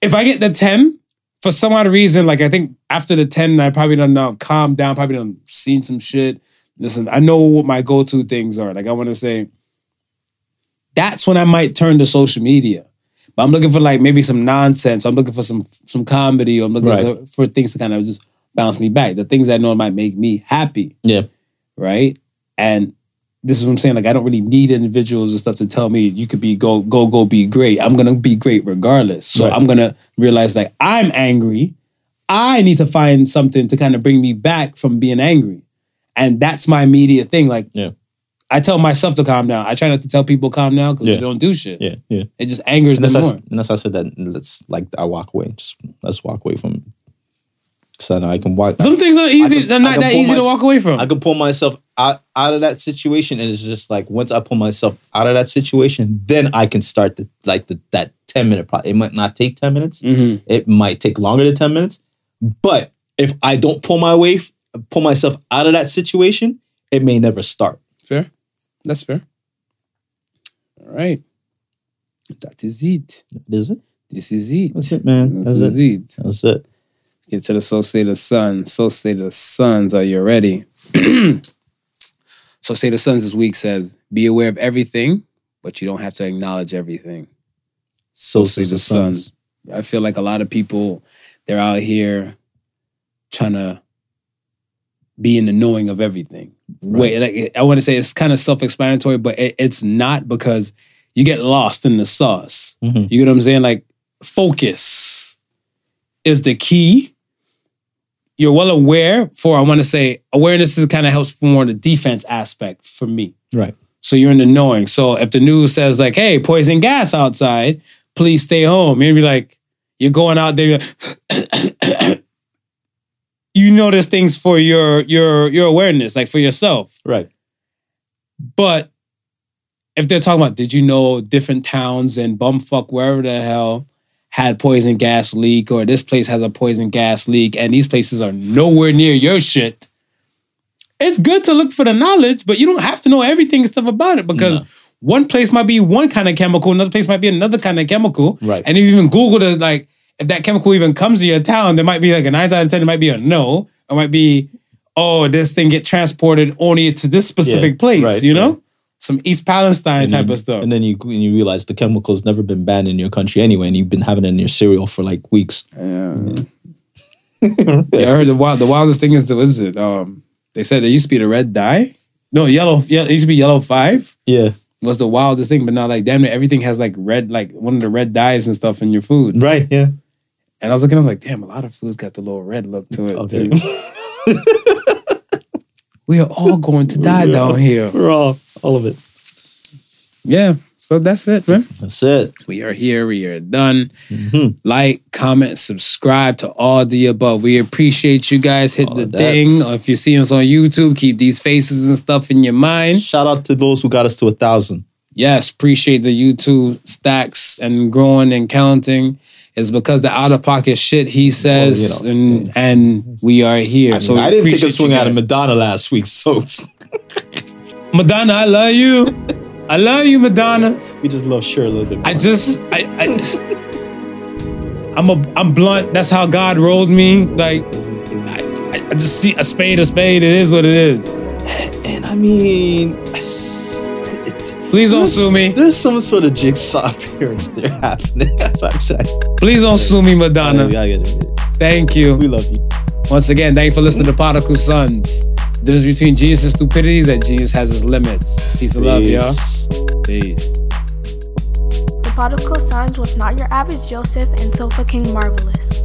Speaker 4: if i get the 10 for some odd reason like i think after the 10 i probably done now calmed down probably done seen some shit listen i know what my go-to things are like i want to say that's when I might turn to social media. But I'm looking for like maybe some nonsense. I'm looking for some some comedy. Or I'm looking
Speaker 5: Right.
Speaker 4: for, for things to kind of just bounce me back. The things I know might make me happy,
Speaker 5: Yeah.
Speaker 4: right? And this is what I'm saying. Like I don't really need individuals and stuff to tell me you could be go go go be great. I'm gonna be great regardless. So
Speaker 5: Right.
Speaker 4: I'm gonna realize like I'm angry. I need to find something to kind of bring me back from being angry. And that's my immediate thing. Like
Speaker 5: Yeah.
Speaker 4: I tell myself to calm down. I try not to tell people calm down because
Speaker 5: Yeah.
Speaker 4: they don't do shit.
Speaker 5: Yeah. Yeah.
Speaker 4: It just angers
Speaker 5: And that's,
Speaker 4: them
Speaker 5: why I,
Speaker 4: more.
Speaker 5: and that's why I said that let's like I walk away. Just let's walk away from it. So now I can walk.
Speaker 4: Some things are easy.
Speaker 5: I can-
Speaker 4: they're
Speaker 5: I
Speaker 4: not
Speaker 5: can
Speaker 4: that
Speaker 5: pull
Speaker 4: easy to
Speaker 5: mys-
Speaker 4: walk away from.
Speaker 5: I can pull myself out, out of that situation, and it's just like once I pull myself out of that situation, then I can start the like the that ten minute. Pro- it might not take ten minutes.
Speaker 4: Mhm.
Speaker 5: It might take longer than ten minutes. But if I don't pull my way, pull myself out of that situation, it may never start.
Speaker 4: Fair. That's fair. All right. That is it.
Speaker 5: Is it?
Speaker 4: This is it.
Speaker 5: That's it, man.
Speaker 4: This
Speaker 5: That's
Speaker 4: is
Speaker 5: it.
Speaker 4: it.
Speaker 5: That's it.
Speaker 4: Get to the Soul State of Sons. Soul State of Sons, are you ready? so State of Sons this week says, be aware of everything, but you don't have to acknowledge everything.
Speaker 5: So
Speaker 4: Say the Suns. I feel like a lot of people they're out here trying to be in the knowing of everything. Wait, like I want to say it's kind of self-explanatory, but it, it's not because you get lost in the sauce.
Speaker 5: Mhm.
Speaker 4: You get what I'm saying? Like focus is the key. You're well aware for I want to say awareness is kind of helps for more the defense aspect for me.
Speaker 5: Right.
Speaker 4: So you're in the knowing. So if the news says like, "Hey, poison gas outside, please stay home," you'd be like, "You're going out there." You're like, you notice things for your your your awareness, like for yourself.
Speaker 5: Right.
Speaker 4: But if they're talking about, did you know different towns and bumfuck wherever the hell had poison gas leak or this place has a poison gas leak and these places are nowhere near your shit. It's good to look for the knowledge, but you don't have to know everything and stuff about it because
Speaker 5: No.
Speaker 4: one place might be one kind of chemical, another place might be another kind of chemical.
Speaker 5: Right.
Speaker 4: And if you even Google it, like if that chemical even comes to your town, there might be like a nine out of ten, it might be a no. It might be, oh, this thing get transported only to this specific
Speaker 5: Yeah,
Speaker 4: place,
Speaker 5: right,
Speaker 4: you know?
Speaker 5: yeah.
Speaker 4: Some East Palestine type of stuff.
Speaker 5: And then you and you realize the chemical's never been banned in your country anyway, and you've been having it in your cereal for like weeks.
Speaker 4: Yeah, I heard the wild, the wildest thing is the what is it? Um, they said it used to be the red dye. No, yellow. Yeah, it used to be yellow five.
Speaker 5: Yeah.
Speaker 4: Was the wildest thing, but now like damn it, everything has like red, like one of the red dyes and stuff in your food.
Speaker 5: Right. Yeah.
Speaker 4: And I was looking, I was like, damn, a lot of foods got the little red look to it.
Speaker 5: Okay.
Speaker 4: Too. We are all going to die
Speaker 5: Yeah.
Speaker 4: down here.
Speaker 5: Raw. All of it.
Speaker 4: Yeah. So that's it, man.
Speaker 5: That's it.
Speaker 4: We are here. We are done.
Speaker 5: Mm-hmm.
Speaker 4: Like, comment, subscribe to all the above. We appreciate you guys. Hit
Speaker 5: All
Speaker 4: the
Speaker 5: of that.
Speaker 4: thing. Or if you're seeing us on YouTube, keep these faces and stuff in your mind.
Speaker 5: Shout out to those who got us to a thousand.
Speaker 4: Yes, appreciate the YouTube stacks and growing and counting. It's because the out of pocket shit he says,
Speaker 5: Well,
Speaker 4: and and we are here. so we
Speaker 5: I didn't take a
Speaker 4: appreciate
Speaker 5: swing
Speaker 4: you
Speaker 5: out of
Speaker 4: guys.
Speaker 5: Madonna last week, so
Speaker 4: Madonna. I love you. I love you, Madonna.
Speaker 5: we just love Cher a little bit. More.
Speaker 4: I just I, I just, I'm a I'm blunt. That's how God rolled me. Like I, I I just see a spade a spade. It is what it is.
Speaker 5: and I mean, it-
Speaker 4: Please don't
Speaker 5: there's-
Speaker 4: sue me.
Speaker 5: There's some sort of jigsaw appearance there happening. That's what I'm saying.
Speaker 4: Please don't sue me,
Speaker 5: We
Speaker 4: Madonna.
Speaker 5: gotta get it.
Speaker 4: Thank
Speaker 5: We
Speaker 4: you
Speaker 5: love you.
Speaker 4: once again. Thank you for listening to Particle Sons. The difference between genius and stupidity is that genius has its limits. Peace and love, y'all.
Speaker 5: Peace.
Speaker 4: Peace.
Speaker 2: The Particle Sons was not your average Joseph and Sofa King Marvelous.